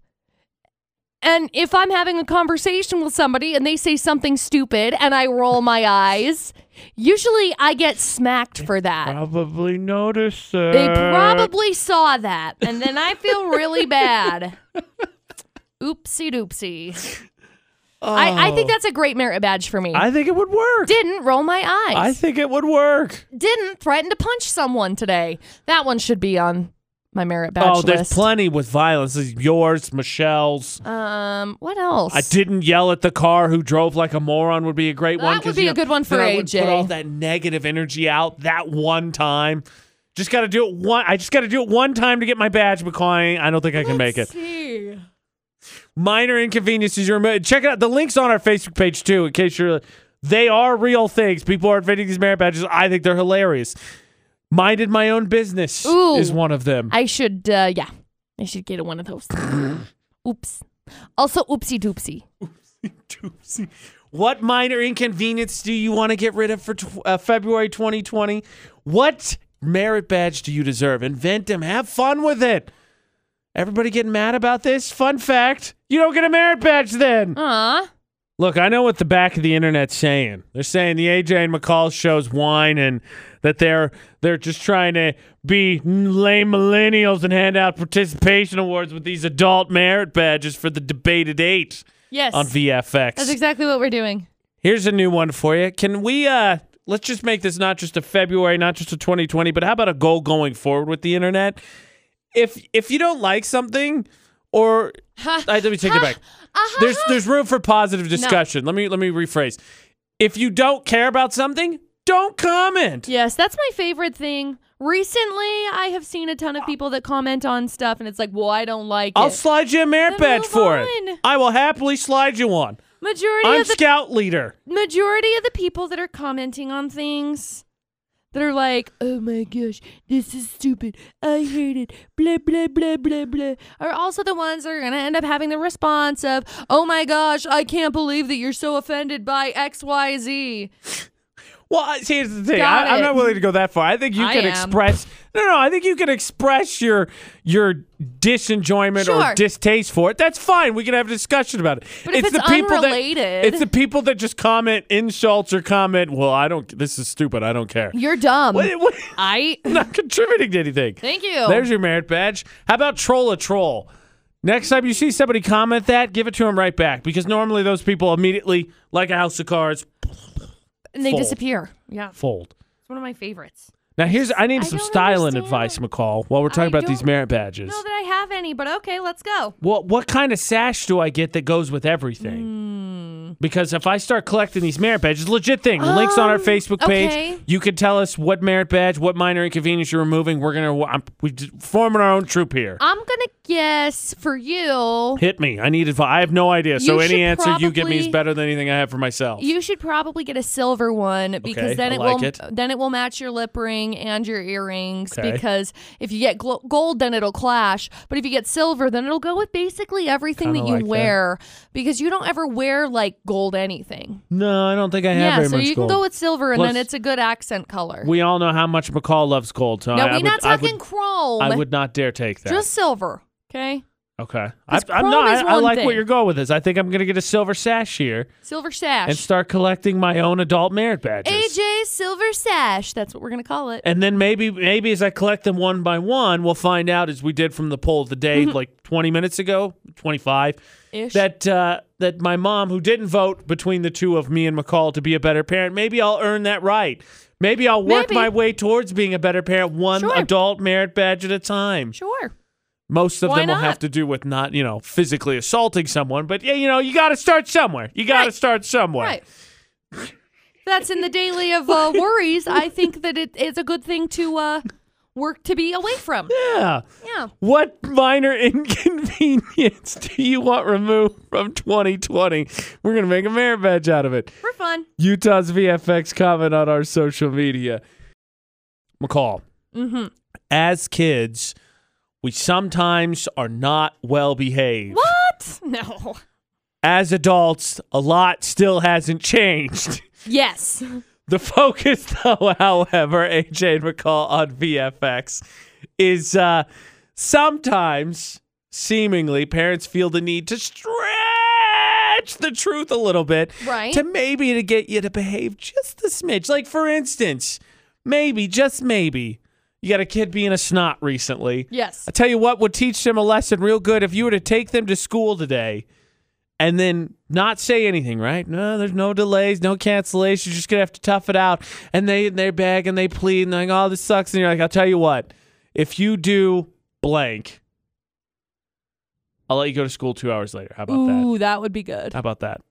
Speaker 2: And if I'm having a conversation with somebody and they say something stupid and I roll my eyes, usually I get smacked for that.
Speaker 1: probably notice. Uh,
Speaker 2: They probably saw that, and then I feel really bad. Oopsie doopsie. I, I think that's a great merit badge for me.
Speaker 1: Oh. I think it would work.
Speaker 2: didn't roll my eyes.
Speaker 1: I think it would work.
Speaker 2: didn't threaten to punch someone today. That one should be on my merit badge
Speaker 1: Oh, there's
Speaker 2: list.
Speaker 1: plenty with violence. There's yours, Michelle's.
Speaker 2: um, what else?
Speaker 1: I didn't yell at the car who drove like a moron would be a great
Speaker 2: That
Speaker 1: one.
Speaker 2: would
Speaker 1: 'cause,
Speaker 2: be
Speaker 1: you
Speaker 2: a good one for
Speaker 1: then I would
Speaker 2: AJ.
Speaker 1: Put all that negative energy out that one time. Just got to do it one. I just got to do it one time to get my badge, McCoy. I don't think I can make it.
Speaker 2: See.
Speaker 1: Minor inconveniences. You're remo- check it out. The links on our Facebook page too, in case you're. They are real things. People are inventing these merit badges. I think they're hilarious. Minded my own business
Speaker 2: Ooh.
Speaker 1: is one of them.
Speaker 2: I should, uh, yeah, I should get one of those. Oops. Also, oopsie doopsie.
Speaker 1: Doopsie. What minor inconvenience do you want to get rid of for tw- uh, February 2020? What merit badge do you deserve? Invent them. Have fun with it. Everybody getting mad about this? Fun fact you don't get a merit badge then.
Speaker 2: Aw.
Speaker 1: Look, I know what the back of the internet's saying. They're saying the AJ and McCall show's whine and that they're they're just trying to be lame millennials and hand out participation awards with these adult merit badges for the debated eight
Speaker 2: Yes.
Speaker 1: on VFX.
Speaker 2: That's exactly what we're doing.
Speaker 1: Here's a new one for you. Can we uh let's just make this not just a February, not just a 2020, but how about a goal going forward with the internet? If if you don't like something or
Speaker 2: Ha.
Speaker 1: I, let me take it back.
Speaker 2: Uh-huh.
Speaker 1: There's there's room for positive discussion. Let me let me rephrase. If you don't care about something, don't comment.
Speaker 2: Yes, that's my favorite thing. Recently, I have seen a ton of people that comment on stuff, and it's like, well, I don't like
Speaker 1: I'll
Speaker 2: it.
Speaker 1: slide you a merit
Speaker 2: Then
Speaker 1: badge
Speaker 2: move
Speaker 1: for
Speaker 2: on.
Speaker 1: it. I will happily slide you one.
Speaker 2: majority
Speaker 1: I'm
Speaker 2: of the
Speaker 1: scout leader.
Speaker 2: majority of the people that are commenting on things that are like, oh my gosh, this is stupid. I hate it. Blah blah blah blah blah. Are also the ones that are gonna end up having the response of, oh my gosh, I can't believe that you're so offended by X Y Z.
Speaker 1: Well, I- see, here's the thing.
Speaker 2: Got
Speaker 1: I, I'm
Speaker 2: it.
Speaker 1: not willing to go that far. I think you
Speaker 2: I
Speaker 1: can
Speaker 2: am.
Speaker 1: express. No, no. I think you can express your your disenjoyment or
Speaker 2: Sure.
Speaker 1: distaste for it. That's fine. We can have a discussion about it.
Speaker 2: But if it's
Speaker 1: that
Speaker 2: unrelated-
Speaker 1: it's the people that just comment insults or comment. Well, I don't. This is stupid. I don't care.
Speaker 2: You're dumb.
Speaker 1: What- what-
Speaker 2: I
Speaker 1: not contributing to anything.
Speaker 2: thank you.
Speaker 1: There's your merit badge. How about troll a troll? Next time you see somebody comment that, give it to them right back because normally those people immediately, like a house of cards,
Speaker 2: and they
Speaker 1: full.
Speaker 2: disappear. Yeah,
Speaker 1: fold.
Speaker 2: it's one of my favorites.
Speaker 1: Now here's I need
Speaker 2: I
Speaker 1: some
Speaker 2: don't
Speaker 1: styling
Speaker 2: understand.
Speaker 1: advice, McCall. While we're talking
Speaker 2: I
Speaker 1: about these
Speaker 2: don't
Speaker 1: merit badges,
Speaker 2: know that I have any, but okay, let's go.
Speaker 1: what what kind of sash do I get that goes with everything?
Speaker 2: Hmm.
Speaker 1: Because if I start collecting these merit badges, legit thing. The links on our
Speaker 2: Um,
Speaker 1: Facebook page.
Speaker 2: okay.
Speaker 1: You can tell us what merit badge, what minor inconvenience you're removing. We're gonna I'm, we forming our own troop here.
Speaker 2: I'm gonna guess for you,
Speaker 1: Hit me. I need advice. I have no idea. So
Speaker 2: You should
Speaker 1: any answer you give me is
Speaker 2: probably-
Speaker 1: better than anything I have for myself.
Speaker 2: you should probably get a silver one because
Speaker 1: Okay,
Speaker 2: then
Speaker 1: I
Speaker 2: it
Speaker 1: like
Speaker 2: will
Speaker 1: it.
Speaker 2: then it will match your lip ring and your earrings.
Speaker 1: Okay.
Speaker 2: Because if you get glo- gold, then it'll clash. But if you get silver, then it'll go with basically everything
Speaker 1: Kinda
Speaker 2: that you
Speaker 1: like that.
Speaker 2: wear because you don't ever wear like gold anything.
Speaker 1: No, I don't think I have
Speaker 2: yeah,
Speaker 1: very
Speaker 2: so
Speaker 1: much
Speaker 2: you
Speaker 1: gold.
Speaker 2: can go with silver, and
Speaker 1: Plus-
Speaker 2: then it's a good accent color.
Speaker 1: we all know how much McCall loves gold. So
Speaker 2: no,
Speaker 1: I,
Speaker 2: we're
Speaker 1: I would,
Speaker 2: not
Speaker 1: I
Speaker 2: talking
Speaker 1: would-
Speaker 2: chrome.
Speaker 1: I would not dare take that.
Speaker 2: Just silver. Okay,
Speaker 1: okay. I,
Speaker 2: 'cause
Speaker 1: I'm
Speaker 2: chrome
Speaker 1: not. I,
Speaker 2: is
Speaker 1: I
Speaker 2: one
Speaker 1: like what
Speaker 2: thing.
Speaker 1: you're going with this. I think I'm going to get a silver sash here
Speaker 2: silver sash.
Speaker 1: and start collecting my own adult merit badges.
Speaker 2: AJ Silver Sash. That's what we're gonna call it.
Speaker 1: And then maybe maybe as I collect them one by one, we'll find out as we did from the poll of the day like 20 minutes ago, 25,
Speaker 2: Mm-hmm. Ish.
Speaker 1: that uh, that my mom who didn't vote between the two of me and McCall to be a better parent, maybe I'll earn that right. Maybe I'll work
Speaker 2: Maybe.
Speaker 1: my way towards being a better parent one
Speaker 2: Sure.
Speaker 1: adult merit badge at a time.
Speaker 2: sure.
Speaker 1: Most of
Speaker 2: Why
Speaker 1: them will have
Speaker 2: not?
Speaker 1: to do with not, you know, physically assaulting someone, but yeah, you know, you got to start somewhere. You got to
Speaker 2: Right.
Speaker 1: start somewhere.
Speaker 2: Right. That's in the daily of uh, worries. I think that it is a good thing to uh, work to be away from.
Speaker 1: Yeah.
Speaker 2: Yeah.
Speaker 1: What minor inconvenience do you want removed from 2020? We're going to make a merit badge out of it.
Speaker 2: For fun.
Speaker 1: Utah's VFX comment on our social media. McCall,
Speaker 2: Mm-hmm.
Speaker 1: as kids, we sometimes are not well behaved.
Speaker 2: What? No.
Speaker 1: As adults, a lot still hasn't changed.
Speaker 2: Yes.
Speaker 1: The focus, though, however, AJ and McCall on VFX is uh, sometimes, seemingly, parents feel the need to stretch the truth a little bit,
Speaker 2: Right.
Speaker 1: To maybe to get you to behave just a smidge. Like, for instance, maybe, just maybe, you got a kid being a snot recently.
Speaker 2: Yes.
Speaker 1: I tell you what would teach them a lesson real good if you were to take them to school today and then not say anything, right? No, there's no delays, no cancellations. You're just gonna have to tough it out. And they and they beg and they plead and they're like, "Oh, this sucks." And you're like, "I'll tell you what, if you do blank, I'll let you go to school two hours later." How about that?
Speaker 2: Ooh, that Um, would be good.
Speaker 1: How about that?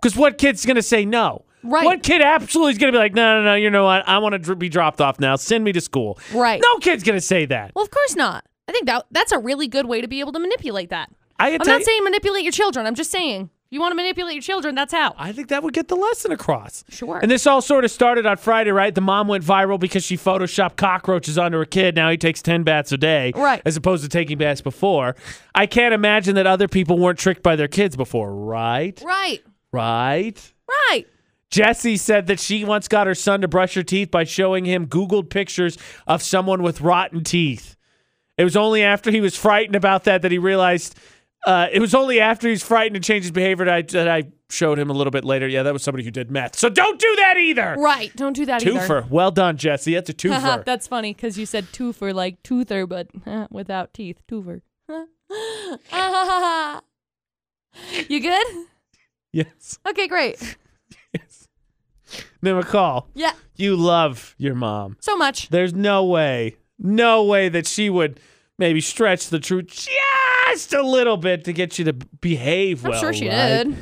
Speaker 1: Because what kid's gonna say no?
Speaker 2: Right.
Speaker 1: What kid absolutely is gonna be like, "No, no, no. You know what? I want to dr- be dropped off now. Send me to school."
Speaker 2: Right.
Speaker 1: No kid's gonna say that.
Speaker 2: Well, of course not. I think that that's a really good way to be able to manipulate that.
Speaker 1: I
Speaker 2: I'm not saying manipulate your children. I'm just saying you want to manipulate your children. That's how.
Speaker 1: I think that would get the lesson across.
Speaker 2: Sure.
Speaker 1: And this all sort of started on Friday, right? The mom went viral because she photoshopped cockroaches onto her kid. Now he takes 10 bats a day.
Speaker 2: Right.
Speaker 1: As opposed to taking bats before. I can't imagine that other people weren't tricked by their kids before, right?
Speaker 2: right.
Speaker 1: Right.
Speaker 2: Right.
Speaker 1: Jessie said that she once got her son to brush her teeth by showing him Googled pictures of someone with rotten teeth. It was only after he was frightened about that that he realized. Uh, it was only after he was frightened and changed his behavior that I, that I showed him a little bit later. Yeah, that was somebody who did meth. So don't do that either.
Speaker 2: Right. Don't do that either.
Speaker 1: Twofer. Well done, Jesse. That's a
Speaker 2: Haha,
Speaker 1: twofer.
Speaker 2: That's funny because you said twofer like toother, but uh, without teeth. Twofer. you good?
Speaker 1: yes.
Speaker 2: Okay, great.
Speaker 1: Now, McCall,
Speaker 2: Yeah,
Speaker 1: you love your mom.
Speaker 2: so much.
Speaker 1: There's no way, no way that she would maybe stretch the truth just a little bit to get you to b- behave
Speaker 2: I'm
Speaker 1: well.
Speaker 2: sure she
Speaker 1: right?
Speaker 2: did.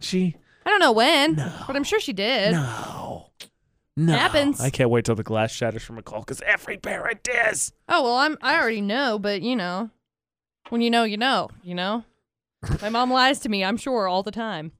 Speaker 1: She
Speaker 2: I don't know when, but I'm sure she did.
Speaker 1: no, no.
Speaker 2: Happens.
Speaker 1: I can't wait till the glass shatters from a call because every parent is.
Speaker 2: Oh well, I'm. I already know, but you know, when you know, you know, you know. My mom lies to me. I'm sure all the time.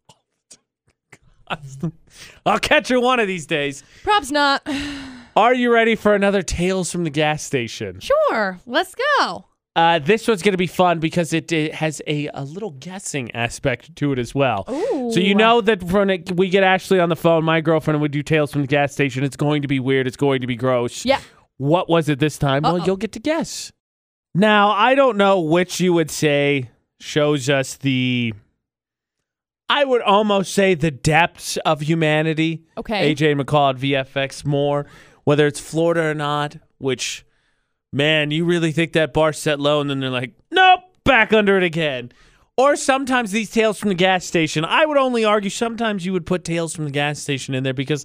Speaker 1: I'll catch her one of these days.
Speaker 2: Props not.
Speaker 1: Are you ready for another Tales from the Gas Station?
Speaker 2: Sure, let's go.
Speaker 1: Uh, this one's going to be fun because it, it has a, a little guessing aspect to it as well. So you
Speaker 2: Ooh.
Speaker 1: know that when it, we get Ashley on the phone, my girlfriend would do Tales from the Gas Station. It's going to be weird. It's going to be gross.
Speaker 2: Yeah.
Speaker 1: What was it this time? Well,
Speaker 2: Uh-oh.
Speaker 1: you'll get to guess. Now, I don't know which you would say shows us the, I would almost say the depths of humanity.
Speaker 2: Okay.
Speaker 1: AJ McCall at VFX more, whether it's Florida or not, which, man, you really think that bar set low and then they're like, nope, back under it again. Or sometimes these tales from the gas station. I would only argue sometimes you would put tales from the gas station in there because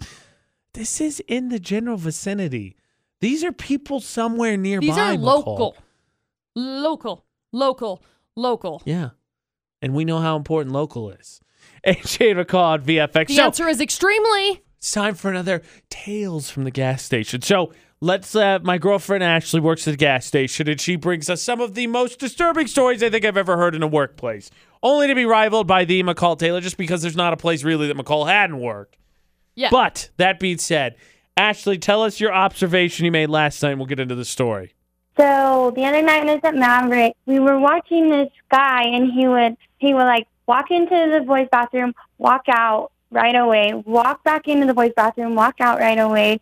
Speaker 1: this is in the general vicinity. These are people somewhere nearby.
Speaker 2: These are
Speaker 1: McCall.
Speaker 2: local, local, local, local.
Speaker 1: Yeah. And we know how important local is. AJ McCall at VFX.
Speaker 2: The
Speaker 1: So-
Speaker 2: answer is extremely.
Speaker 1: It's time for another Tales from the Gas Station. So let's, uh, my girlfriend Ashley works at a gas station and she brings us some of the most disturbing stories I think I've ever heard in a workplace, only to be rivaled by the McCall Taylor just because there's not a place really that McCall hadn't worked.
Speaker 2: Yeah.
Speaker 1: But that being said, Ashley, tell us your observation you made last night and we'll get into the story.
Speaker 6: So the other night I was at Maverick, we were watching this guy, and he would he would like walk into the boys' bathroom, walk out right away, walk back into the boys' bathroom, walk out right away.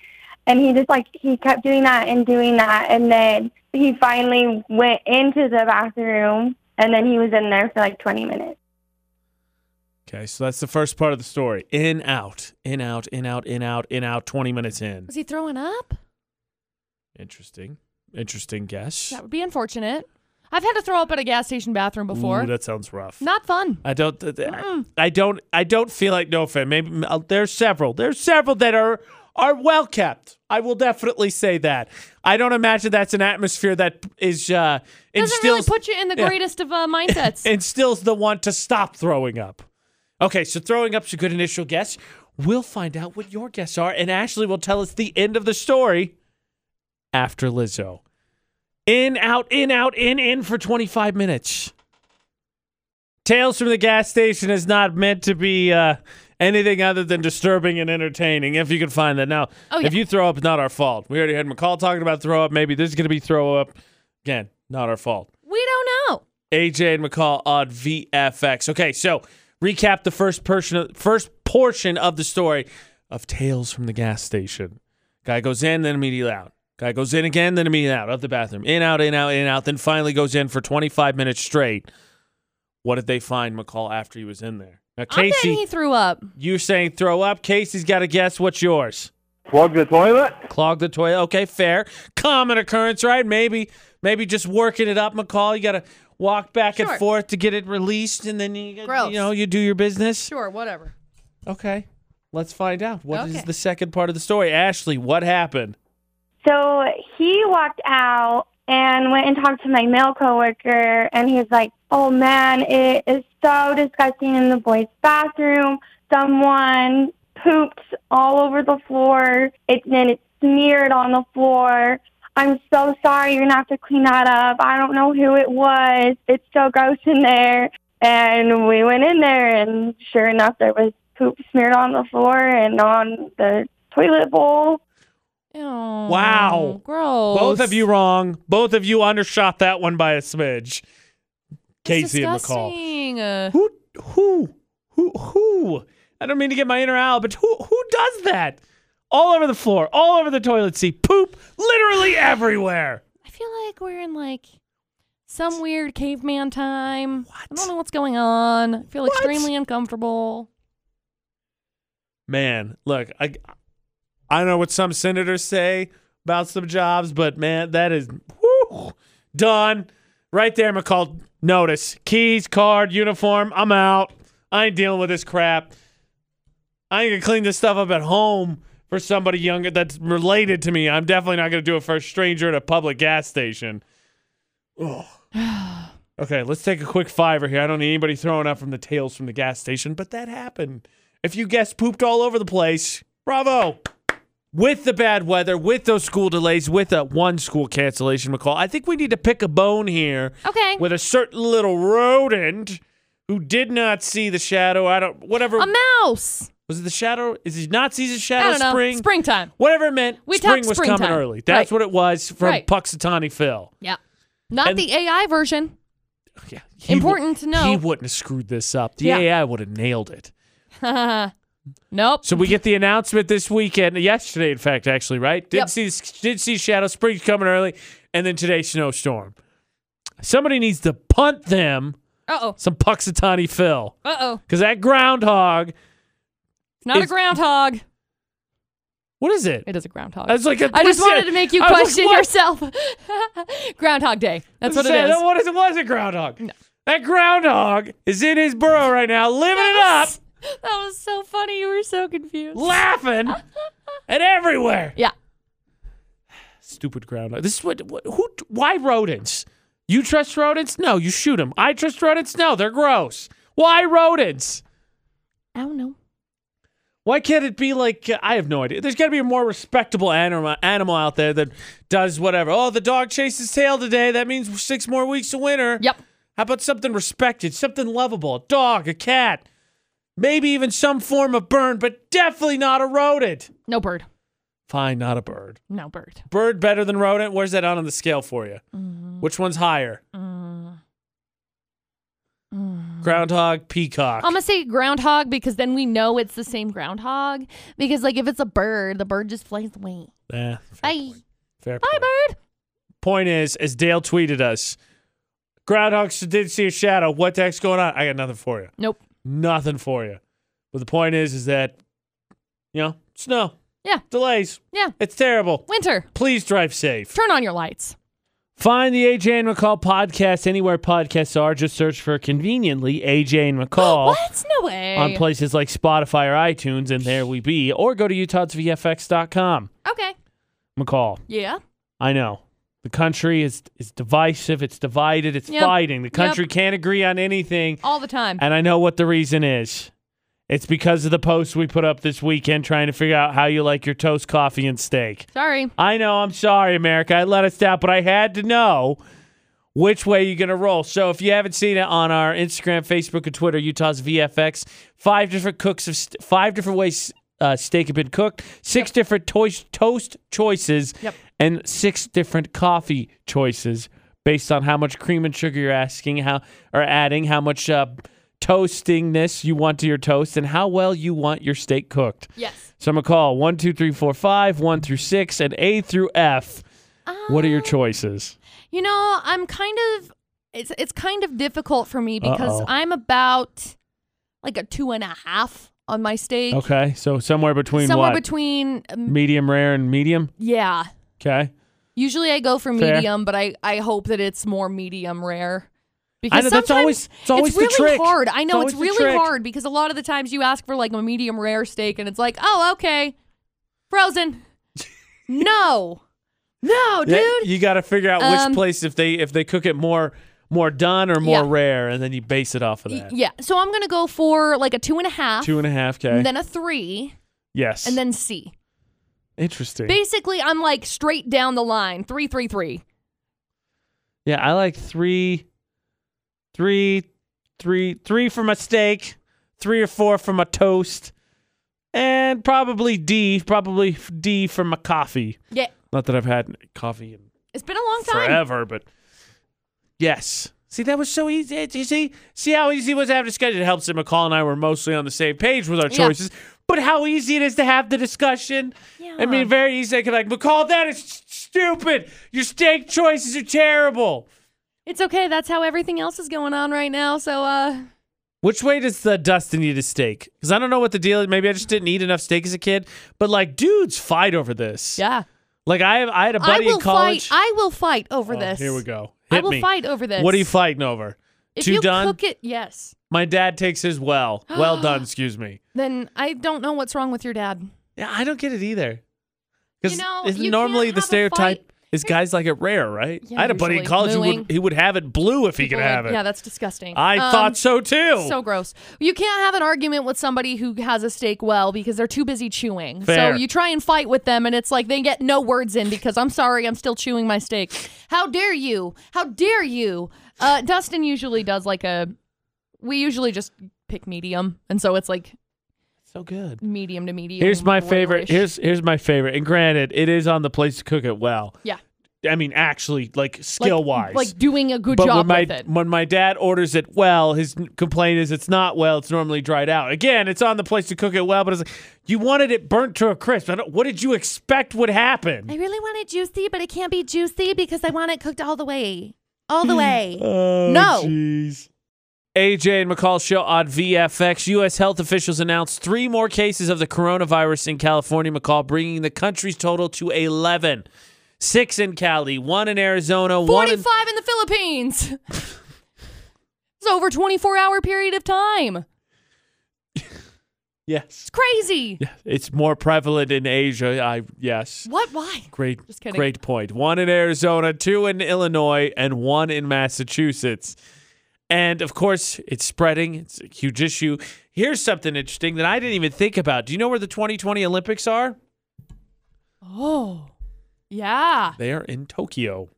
Speaker 6: And he just like he kept doing that and doing that, and then he finally went into the bathroom, and then he was in there for like 20 minutes.
Speaker 1: Okay, so that's the first part of the story. In, out, in, out, in, out, in, out, in, out, 20 minutes in.
Speaker 2: Was he throwing up?
Speaker 1: Interesting. Interesting guess.
Speaker 2: That would be unfortunate. I've had to throw up at a gas station bathroom before.
Speaker 1: Ooh, that sounds rough.
Speaker 2: Not fun.
Speaker 1: I don't. th- th- I, I don't. I don't feel like no offense. Maybe uh, there's several. There's several that are are well kept. I will definitely say that. I don't imagine that's an atmosphere that is uh,
Speaker 2: Doesn't
Speaker 1: instills
Speaker 2: really put you in the
Speaker 1: yeah.
Speaker 2: greatest of uh, mindsets.
Speaker 1: instills the want to stop throwing up. Okay, so throwing up's a good initial guess. We'll find out what your guests are, and Ashley will tell us the end of the story after Lizzo. In, out, in, out, in, in for 25 minutes. Tales from the gas station is not meant to be uh, anything other than disturbing and entertaining, if you can find that. Now,
Speaker 2: Oh, yeah.
Speaker 1: if you throw up, it's not our fault. We already had McCall talking about throw up. Maybe this is going to be throw up. Again, not our fault.
Speaker 2: we don't know.
Speaker 1: AJ and McCall on VFX. Okay, so recap the first person, first portion of the story of Tales from the Gas Station. Guy goes in, then immediately out. Guy goes in again, then immediately out of the bathroom. In, out, in, out, in, out. Then finally goes in for 25 minutes straight. What did they find, McCall, after he was in there? Now,
Speaker 2: I'm
Speaker 1: Casey,
Speaker 2: betting he threw up.
Speaker 1: you're saying throw up. Casey's got to guess. What's yours?
Speaker 4: Plug the toilet?
Speaker 1: Clog the toilet. Okay, fair. Common occurrence, right? Maybe, maybe just working it up, McCall. You gotta walk back
Speaker 2: Sure.
Speaker 1: and forth to get it released, and then you,
Speaker 2: Gross.
Speaker 1: you know you do your business.
Speaker 2: Sure, whatever.
Speaker 1: Okay, let's find out What is
Speaker 2: Okay.
Speaker 1: the second part of the story. Ashley, what happened?
Speaker 6: So he walked out and went and talked to my male coworker, and he's like, "Oh man, it is so disgusting in the boys' bathroom. Someone pooped all over the floor. It then it smeared on the floor. I'm so sorry. You're gonna have to clean that up. I don't know who it was. It's so gross in there." And we went in there, and sure enough, there was poop smeared on the floor and on the toilet bowl.
Speaker 2: Oh,
Speaker 1: Wow.
Speaker 2: Gross.
Speaker 1: Both of you wrong. Both of you undershot that one by a smidge.
Speaker 2: That's
Speaker 1: Casey and McCall.
Speaker 2: disgusting. Uh,
Speaker 1: Who? Who? Who? Who? I don't mean to get my inner owl, but who? Who does that? All over the floor, all over the toilet seat, poop literally everywhere.
Speaker 2: I feel like we're in like some weird caveman time. I
Speaker 1: What?
Speaker 2: don't know what's going on. I feel
Speaker 1: What?
Speaker 2: extremely uncomfortable.
Speaker 1: Man, look, I I know what some senators say about some jobs, but man, that is whew, done right there. McCall, notice keys, card, uniform. I'm out. I ain't dealing with this crap. I ain't gonna clean this stuff up at home for somebody younger that's related to me. I'm definitely not gonna do it for a stranger at a public gas station. Ugh. Okay, let's take a quick fiver here. I don't need anybody throwing up from the tails from the gas station, but that happened. If you guessed pooped all over the place, bravo. With the bad weather, with those school delays, with a one school cancellation, McCall, I think we need to pick a bone here
Speaker 2: Okay.
Speaker 1: with a certain little rodent who did not see the shadow. I don't, whatever.
Speaker 2: a mouse.
Speaker 1: was it the shadow? Is he not see the
Speaker 2: I
Speaker 1: shadow
Speaker 2: don't know.
Speaker 1: spring?
Speaker 2: Springtime.
Speaker 1: Whatever it meant,
Speaker 2: We
Speaker 1: spring
Speaker 2: talked
Speaker 1: was coming
Speaker 2: springtime.
Speaker 1: early. That's
Speaker 2: Right.
Speaker 1: what it was from
Speaker 2: Right.
Speaker 1: Puxatani Phil.
Speaker 2: Yeah. Not
Speaker 1: And-
Speaker 2: the AI version.
Speaker 1: Yeah, he wou-
Speaker 2: Important to know.
Speaker 1: He wouldn't have screwed this up. The
Speaker 2: Yeah.
Speaker 1: AI would have nailed it.
Speaker 2: nope.
Speaker 1: So we get the announcement this weekend, yesterday, in fact, actually, right? Did
Speaker 2: Yep.
Speaker 1: see did see Shadow Springs coming early, and then today snowstorm. Somebody needs to punt them
Speaker 2: Uh oh.
Speaker 1: some Puxatani Phil
Speaker 2: Uh oh.
Speaker 1: because that groundhog.
Speaker 2: It's not a
Speaker 1: It's-
Speaker 2: groundhog.
Speaker 1: What is it?
Speaker 2: It is a groundhog.
Speaker 1: I was like,
Speaker 2: I just
Speaker 1: what is
Speaker 2: wanted
Speaker 1: it?
Speaker 2: to make you
Speaker 1: I was like,
Speaker 2: question
Speaker 1: what?
Speaker 2: yourself. groundhog Day. That's what it
Speaker 1: Say,
Speaker 2: is.
Speaker 1: What is it? Was a groundhog? That groundhog is in his burrow right now, living it up,
Speaker 2: was- That was so funny. You were so confused.
Speaker 1: laughing, and everywhere.
Speaker 2: yeah.
Speaker 1: Stupid groundhog. This is what, what who why rodents? You trust rodents? No, you shoot them. I trust rodents? No, they're gross. Why rodents?
Speaker 2: I don't know.
Speaker 1: Why can't it be like I have no idea. There's got to be a more respectable animal animal out there that does whatever. Oh, the dog chased his tail today. That means 6 more weeks of winter.
Speaker 2: Yep.
Speaker 1: How about something respected, something lovable? A dog, a cat, maybe even some form of bird, but definitely not a rodent.
Speaker 2: No bird.
Speaker 1: Fine, not a bird.
Speaker 2: No bird.
Speaker 1: Bird better than rodent? Where's that out on the
Speaker 2: Mm-hmm. Mm-hmm.
Speaker 1: scale for you? Which one's higher? groundhog, peacock.
Speaker 2: I'm gonna say groundhog because then we know it's the same groundhog. Because like if it's a bird, the bird just flies away.
Speaker 1: Eh,
Speaker 2: Bye.
Speaker 1: fair
Speaker 2: Bye,
Speaker 1: point.
Speaker 2: bird.
Speaker 1: Point is, as Dale tweeted us, groundhogs did see a shadow. What the heck's going on? I got nothing for you.
Speaker 2: Nope.
Speaker 1: Nothing for you. But the point is, is that you know, snow.
Speaker 2: Yeah.
Speaker 1: Delays.
Speaker 2: Yeah.
Speaker 1: It's terrible.
Speaker 2: Winter.
Speaker 1: Please drive safe.
Speaker 2: Turn on your lights.
Speaker 1: Find the AJ and McCall podcast anywhere podcasts are. Just search for conveniently AJ and McCall
Speaker 2: What? No way.
Speaker 1: on places like Spotify or iTunes, and there we be. Or go to utahsvfx.com.
Speaker 2: okay.
Speaker 1: McCall,
Speaker 2: Yeah.
Speaker 1: I know the country is is divisive. It's divided. It's
Speaker 2: Yep.
Speaker 1: fighting. The country can't agree on anything,
Speaker 2: All the time.
Speaker 1: and I know what the reason is. It's because of the posts we put up this weekend trying to figure out how you like your toast, coffee, and steak.
Speaker 2: Sorry.
Speaker 1: I know. I'm sorry, America. I let us down, but I had to know which way you're going to roll. So if you haven't seen it on our Instagram, Facebook, and Twitter, Utah's VFX, five different cooks of st- five different ways uh, steak had been cooked, six different toys- toast choices,
Speaker 2: Yep.
Speaker 1: and six different coffee choices based on how much cream and sugar you're asking, how or adding, how much. Uh, toastingness you want to your toast and how well you want your steak cooked
Speaker 2: Yes.
Speaker 1: so I'm gonna call one, two, three, four, five, one through six, and A through F. What
Speaker 2: Oh.
Speaker 1: are your choices?
Speaker 2: You know, I'm kind of it's it's kind of difficult for me because
Speaker 1: Uh-oh.
Speaker 2: I'm about like a two and a half on my steak.
Speaker 1: Okay, so somewhere between
Speaker 2: Somewhere
Speaker 1: what?
Speaker 2: between um,
Speaker 1: medium rare and medium.
Speaker 2: yeah.
Speaker 1: Okay.
Speaker 2: Usually I go for
Speaker 1: Fair.
Speaker 2: medium, but I, I hope that it's more medium rare.
Speaker 1: I know that's
Speaker 2: sometimes
Speaker 1: always it's always
Speaker 2: really
Speaker 1: the trick.
Speaker 2: hard. I know
Speaker 1: always
Speaker 2: it's,
Speaker 1: the
Speaker 2: really
Speaker 1: trick.
Speaker 2: hard because a lot of the times you ask for like a medium rare steak and it's like, oh, okay, frozen. no, no, dude.
Speaker 1: Yeah, you got to figure out which
Speaker 2: Um,
Speaker 1: place if they if they cook it more more done or more
Speaker 2: Yeah.
Speaker 1: rare, and then you base it off of
Speaker 2: Y-
Speaker 1: that.
Speaker 2: yeah. So I'm gonna go for like a two and a half,
Speaker 1: Two and a half. Okay.
Speaker 2: and then a three,
Speaker 1: yes.
Speaker 2: and then C.
Speaker 1: interesting.
Speaker 2: Basically, I'm like straight down the line, three, three, three.
Speaker 1: yeah, I like three, three, three, three for my steak, three or four for my toast, and probably D, probably f- D for my coffee.
Speaker 2: Yeah,
Speaker 1: Not that I've had coffee in
Speaker 2: it's been a long time.
Speaker 1: forever, but yes. See, that was so easy. Eh, You see, see how easy it was to have a discussion. It helps that McCall and I were mostly on the same page with our
Speaker 2: Yeah.
Speaker 1: choices. But how easy it is to have the discussion. I mean, very easy. I could like, McCall, that is s- stupid. Your steak choices are terrible.
Speaker 2: It's okay. That's how everything else is going on right now. So, uh,
Speaker 1: Which way does the Dustin eat his steak? Because I don't know what the deal is. Maybe I just didn't eat enough steak as a kid. But like, dudes fight over this.
Speaker 2: yeah.
Speaker 1: Like I, have, I had a
Speaker 2: I
Speaker 1: buddy
Speaker 2: will
Speaker 1: in college.
Speaker 2: fight. I will fight over
Speaker 1: Oh,
Speaker 2: this.
Speaker 1: Here we go.
Speaker 2: I
Speaker 1: Hit
Speaker 2: will
Speaker 1: me.
Speaker 2: fight over this.
Speaker 1: What are you fighting over?
Speaker 2: If
Speaker 1: Two
Speaker 2: you
Speaker 1: done?
Speaker 2: cook it, yes.
Speaker 1: My dad takes his well. Well done, excuse me.
Speaker 2: Then I don't know what's wrong with your dad.
Speaker 1: Yeah, I don't get it either.
Speaker 2: You know,
Speaker 1: isn't
Speaker 2: you
Speaker 1: normally
Speaker 2: can't
Speaker 1: the
Speaker 2: have a
Speaker 1: stereotype
Speaker 2: fight.
Speaker 1: is guys like it rare, right?
Speaker 2: Yeah,
Speaker 1: I had a buddy in
Speaker 2: usually.
Speaker 1: college who
Speaker 2: Mooing.
Speaker 1: would, he would have it blue if he
Speaker 2: People
Speaker 1: could
Speaker 2: are-
Speaker 1: have it.
Speaker 2: Yeah, that's disgusting.
Speaker 1: I
Speaker 2: Um,
Speaker 1: thought so too.
Speaker 2: So gross. You can't have an argument with somebody who has a steak well because they're too busy chewing.
Speaker 1: Fair.
Speaker 2: So you try and fight with them, and it's like they get no words in because I'm sorry, I'm still chewing my steak. How dare you? How dare you? Uh, Dustin usually does like a. We usually just pick medium, and so it's like
Speaker 1: so good.
Speaker 2: medium to medium.
Speaker 1: Here's my favorite.
Speaker 2: rare-ish.
Speaker 1: Here's here's my favorite. And granted, it is on the place to cook it well.
Speaker 2: Yeah.
Speaker 1: I mean, actually, like skill wise.
Speaker 2: like, like doing a good
Speaker 1: but
Speaker 2: job
Speaker 1: when my
Speaker 2: with it.
Speaker 1: when my dad orders it well, his n- complaint is it's not well. It's normally dried out. Again, it's on the place to cook it well, but it's like you wanted it burnt to a crisp. I don't, what did you expect would happen?
Speaker 2: I really want it juicy, but it can't be juicy because I want it cooked all the way. All
Speaker 1: Mm.
Speaker 2: the way. no.
Speaker 1: AJ and McCall show on VFX. U.S. health officials announced three more cases of the coronavirus in California, McCall, bringing the country's total to 11. Six in Cali, one in Arizona, one in.
Speaker 2: 45 in the Philippines. it's over 24 hour period of time.
Speaker 1: Yes.
Speaker 2: It's crazy.
Speaker 1: Yeah, It's more prevalent in Asia. I Yes.
Speaker 2: What? Why?
Speaker 1: Great,
Speaker 2: Just kidding.
Speaker 1: great point. One in Arizona, two in Illinois, and one in Massachusetts. And of course, it's spreading. It's a huge issue. Here's something interesting that I didn't even think about. Do you know where the 2020 Olympics are?
Speaker 2: Oh. Yeah.
Speaker 1: They are in Tokyo.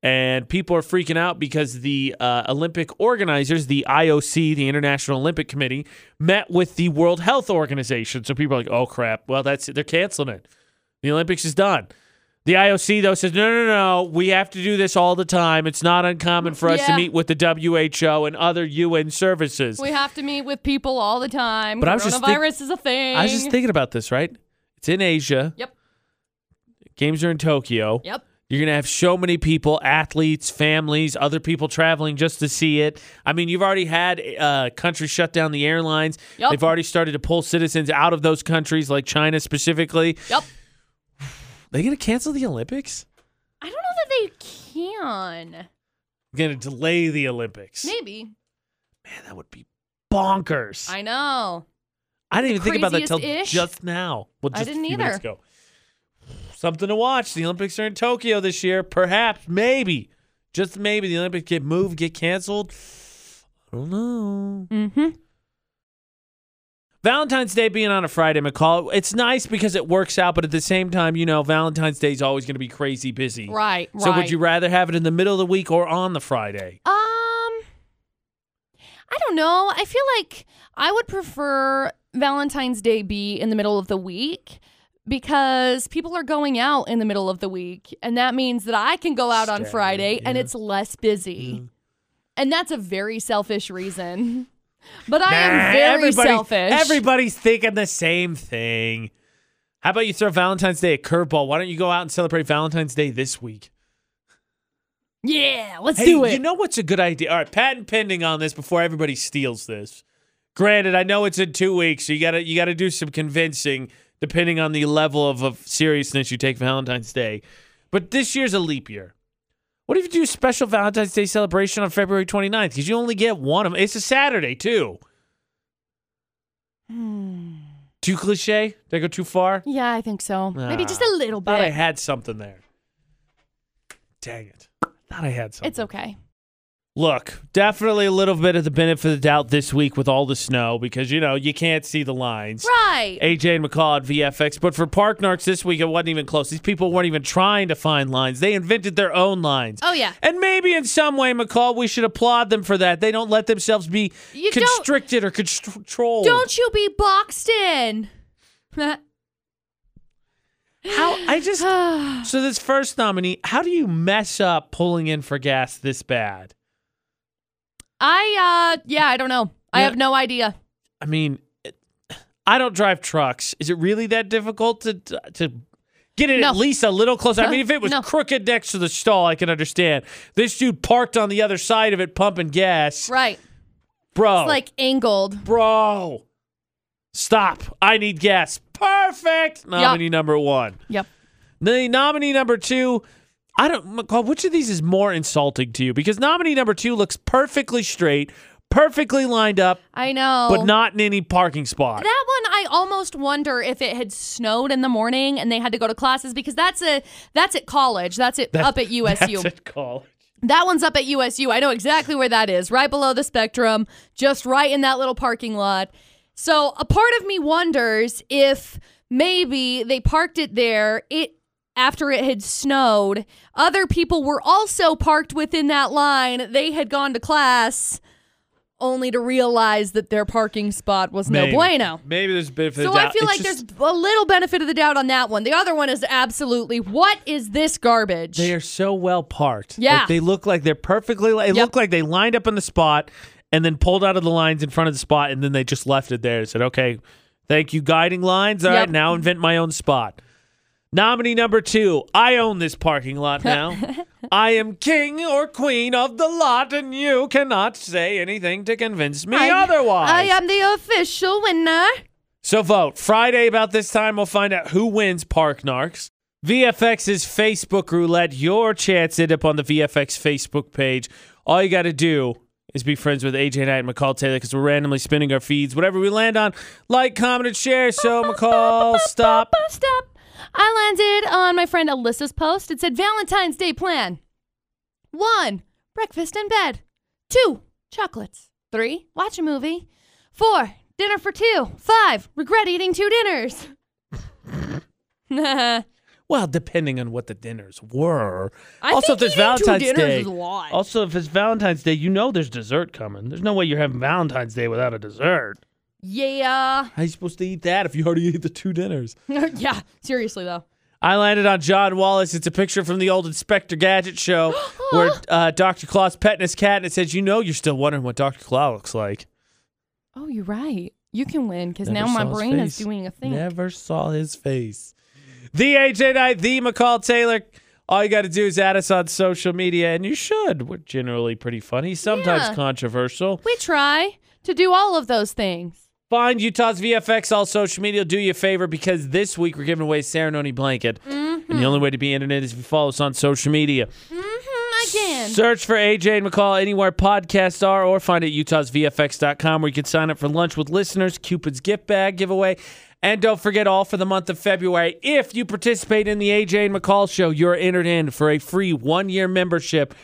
Speaker 1: And people are freaking out because the uh, Olympic organizers, the IOC, the International Olympic Committee, met with the World Health Organization. So people are like, oh crap, well, that's it. They're canceling it. The Olympics is done. The IOC though says no, no, no. We have to do this all the time. It's not uncommon for us to
Speaker 2: Yeah.
Speaker 1: meet with the WHO and other UN services.
Speaker 2: We have to meet with people all the time.
Speaker 1: But I
Speaker 2: Coronavirus
Speaker 1: was just think-
Speaker 2: is a thing.
Speaker 1: I was just thinking about this, right? It's in Asia.
Speaker 2: Yep.
Speaker 1: Games are in Tokyo.
Speaker 2: Yep.
Speaker 1: You're going to have so many people, athletes, families, other people traveling just to see it. I mean, you've already had uh, countries shut down the airlines.
Speaker 2: Yep.
Speaker 1: They've already started to pull citizens out of those countries, like China specifically.
Speaker 2: Yep.
Speaker 1: They going to cancel the Olympics?
Speaker 2: I don't know that they can.
Speaker 1: Going to delay the Olympics?
Speaker 2: Maybe.
Speaker 1: Man, that would be bonkers. I,
Speaker 2: I know.
Speaker 1: didn't even think about that till
Speaker 2: craziest-ish.
Speaker 1: just now. Well,
Speaker 2: I
Speaker 1: just
Speaker 2: didn't
Speaker 1: a few minutes
Speaker 2: either.
Speaker 1: ago. Something to watch. The Olympics are in Tokyo this year. Perhaps, maybe, just maybe, the Olympics get moved, get canceled. I don't know.
Speaker 2: Mm-hmm.
Speaker 1: Valentine's Day being on a Friday, McCall, it's nice because it works out, but at the same time, you know, Valentine's Day is always going to be crazy busy.
Speaker 2: Right.
Speaker 1: So
Speaker 2: right.
Speaker 1: would you rather have it in the middle of the week or on the Friday?
Speaker 2: Um, I don't know. I feel like I would prefer Valentine's Day be in the middle of the week because people are going out in the middle of the week, and that means that I can go out on
Speaker 1: Staggered,
Speaker 2: Friday and
Speaker 1: yeah. Mm-hmm.
Speaker 2: it's less busy. And that's a very selfish reason. But I am very
Speaker 1: everybody,
Speaker 2: selfish.
Speaker 1: Everybody's thinking the same thing. How about you throw Valentine's Day a curveball? Why don't you go out and celebrate Valentine's Day this week?
Speaker 2: yeah, let's
Speaker 1: Hey,
Speaker 2: do it.
Speaker 1: you know what's a good idea? All right, patent pending on this before everybody steals this. Granted, I know it's in two weeks, so you gotta you gotta do some convincing, depending on the level of, of seriousness you take Valentine's Day. But this year's a leap year. What if you do a special Valentine's Day celebration on February 29th? Because you only get one of them. It's a Saturday too.
Speaker 2: Hmm.
Speaker 1: Too cliche? Did I go too far?
Speaker 2: yeah, I think so. Maybe just a little
Speaker 1: Ah, Thought I
Speaker 2: bit.
Speaker 1: had something there. Dang it! Thought I had something.
Speaker 2: It's okay.
Speaker 1: Look, definitely a little bit of the benefit of the doubt this week with all the snow because, you know, you can't see the lines.
Speaker 2: Right.
Speaker 1: AJ and McCall at VFX. But for Park Narks this week, it wasn't even close. These people weren't even trying to find lines, they invented their own lines.
Speaker 2: Oh, yeah.
Speaker 1: And maybe in some way, McCall, we should applaud them for that. They don't let themselves be
Speaker 2: You don't-
Speaker 1: constricted or constr- controlled.
Speaker 2: Don't you be boxed in.
Speaker 1: How I just so this first nominee. How do you mess up pulling in for gas this bad?
Speaker 2: I uh yeah, I don't know. I
Speaker 1: Yeah.
Speaker 2: have no idea.
Speaker 1: I mean, it- I don't drive trucks. Is it really that difficult to to get it
Speaker 2: No.
Speaker 1: at least a little closer? I
Speaker 2: No,
Speaker 1: mean, if it was
Speaker 2: no.
Speaker 1: crooked next to the stall, I can understand. This dude parked on the other side of it, pumping gas,
Speaker 2: Right.
Speaker 1: bro.
Speaker 2: It's like angled.
Speaker 1: bro, stop! I need gas. Perfect nominee number one.
Speaker 2: Yep.
Speaker 1: The nominee number two, I don't McCall, which of these is more insulting to you? Because nominee number two looks perfectly straight, perfectly lined up,
Speaker 2: I know.
Speaker 1: but not in any parking spot.
Speaker 2: that one I almost wonder if it had snowed in the morning and they had to go to classes because that's a that's at college. That's it up at USU.
Speaker 1: That's at college.
Speaker 2: That one's up at USU. I know exactly where that is, right below the spectrum, just right in that little parking lot. So a part of me wonders if maybe they parked it there. It after it had snowed, other people were also parked within that line. They had gone to class, only to realize that their parking spot was no bueno.
Speaker 1: Maybe there's a bit of
Speaker 2: So I feel like there's a little benefit of the doubt on that one. The other one is absolutely what is this garbage?
Speaker 1: they are so well parked.
Speaker 2: Yeah.
Speaker 1: Like, they look like they're perfectly. Li- it
Speaker 2: Yep.
Speaker 1: looked like they lined up in the spot and then pulled out of the lines in front of the spot and then they just left it there and said, "Okay, thank you, guiding lines. All right,
Speaker 2: Yep.
Speaker 1: now invent my own spot." Nominee number two. I own this parking lot now. I am king or queen of the lot, and you cannot say anything to convince me
Speaker 2: I-
Speaker 1: otherwise.
Speaker 2: I am the official winner.
Speaker 1: So vote. Friday about this time we'll find out who wins Park Narcs. VFX's Facebook roulette, your chance to end up on the VFX Facebook page. All you got to do is be friends with AJ Knight and McCall Taylor because we're randomly spinning our feeds. Whatever we land on, like, comment, and share. So, Oh, McCall, stop.
Speaker 2: Stop. I landed on my friend Alyssa's post. It said Valentine's Day plan. One, breakfast in bed. Two, chocolates. Three, watch a movie. Four, dinner for two. Five, regret eating two dinners. I
Speaker 1: Well, depending on what the dinners were.
Speaker 2: I
Speaker 1: also,
Speaker 2: think
Speaker 1: if there's
Speaker 2: eating two
Speaker 1: Valentine's
Speaker 2: dinners
Speaker 1: Day,
Speaker 2: is a lot.
Speaker 1: also if it's Valentine's Day, you know there's dessert coming. There's no way you're having Valentine's Day without a dessert.
Speaker 2: yeah.
Speaker 1: How you supposed to eat that if you already ate the two dinners?
Speaker 2: yeah, seriously though.
Speaker 1: I landed on John Wallace. It's a picture from the old Inspector Gadget show where uh, Dr. Claw's petting his cat, and it says, You know, you're still wondering what Dr. Claw looks like.
Speaker 2: Oh, you're right. You can win because
Speaker 1: Never
Speaker 2: now my
Speaker 1: saw his
Speaker 2: brain is
Speaker 1: face.
Speaker 2: doing a thing.
Speaker 1: Never saw his face. The AJ Knight, the McCall Taylor. All you got to do is add us on social media, and you should. We're generally pretty funny, sometimes
Speaker 2: Yeah.
Speaker 1: controversial.
Speaker 2: We try to do all of those things.
Speaker 1: Find Utah's VFX all social media. Do you a favor because this week we're giving away a ceremony blanket, and the only way to be in it is if you follow us on social media.
Speaker 2: Mm-hmm, again.
Speaker 1: Search for AJ and McCall anywhere podcasts are, or find it at utahsvfx.com where you can sign up for lunch with listeners, Cupid's gift bag giveaway, and don't forget all for the month of February. If you participate in the AJ and McCall show, you're entered in for a free one year membership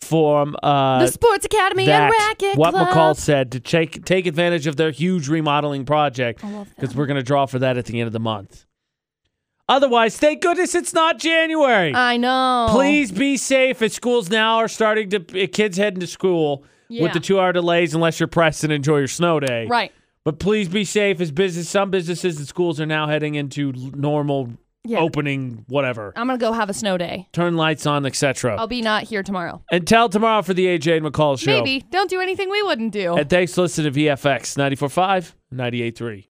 Speaker 1: from uh,
Speaker 2: the Sports Academy and
Speaker 1: that
Speaker 2: Racket
Speaker 1: what
Speaker 2: Club.
Speaker 1: McCall said to take take advantage of their huge remodeling project
Speaker 2: I love
Speaker 1: because we're going to draw for that at the end of the month. Otherwise, thank goodness it's not January.
Speaker 2: I know.
Speaker 1: Please be safe. As schools now are starting to, uh, kids heading to school
Speaker 2: Yeah.
Speaker 1: with the two hour delays, unless you're pressed and enjoy your snow day.
Speaker 2: Right.
Speaker 1: But please be safe. As business, some businesses and schools are now heading into l- normal
Speaker 2: Yeah. Uh.
Speaker 1: opening, whatever.
Speaker 2: I'm gonna go have a snow day.
Speaker 1: Turn lights on, etc.
Speaker 2: I'll be not here tomorrow.
Speaker 1: Until tomorrow for the AJ and McCall show.
Speaker 2: Maybe. Don't do anything we wouldn't do.
Speaker 1: And thanks for listening to VFX 94.5, 98.3.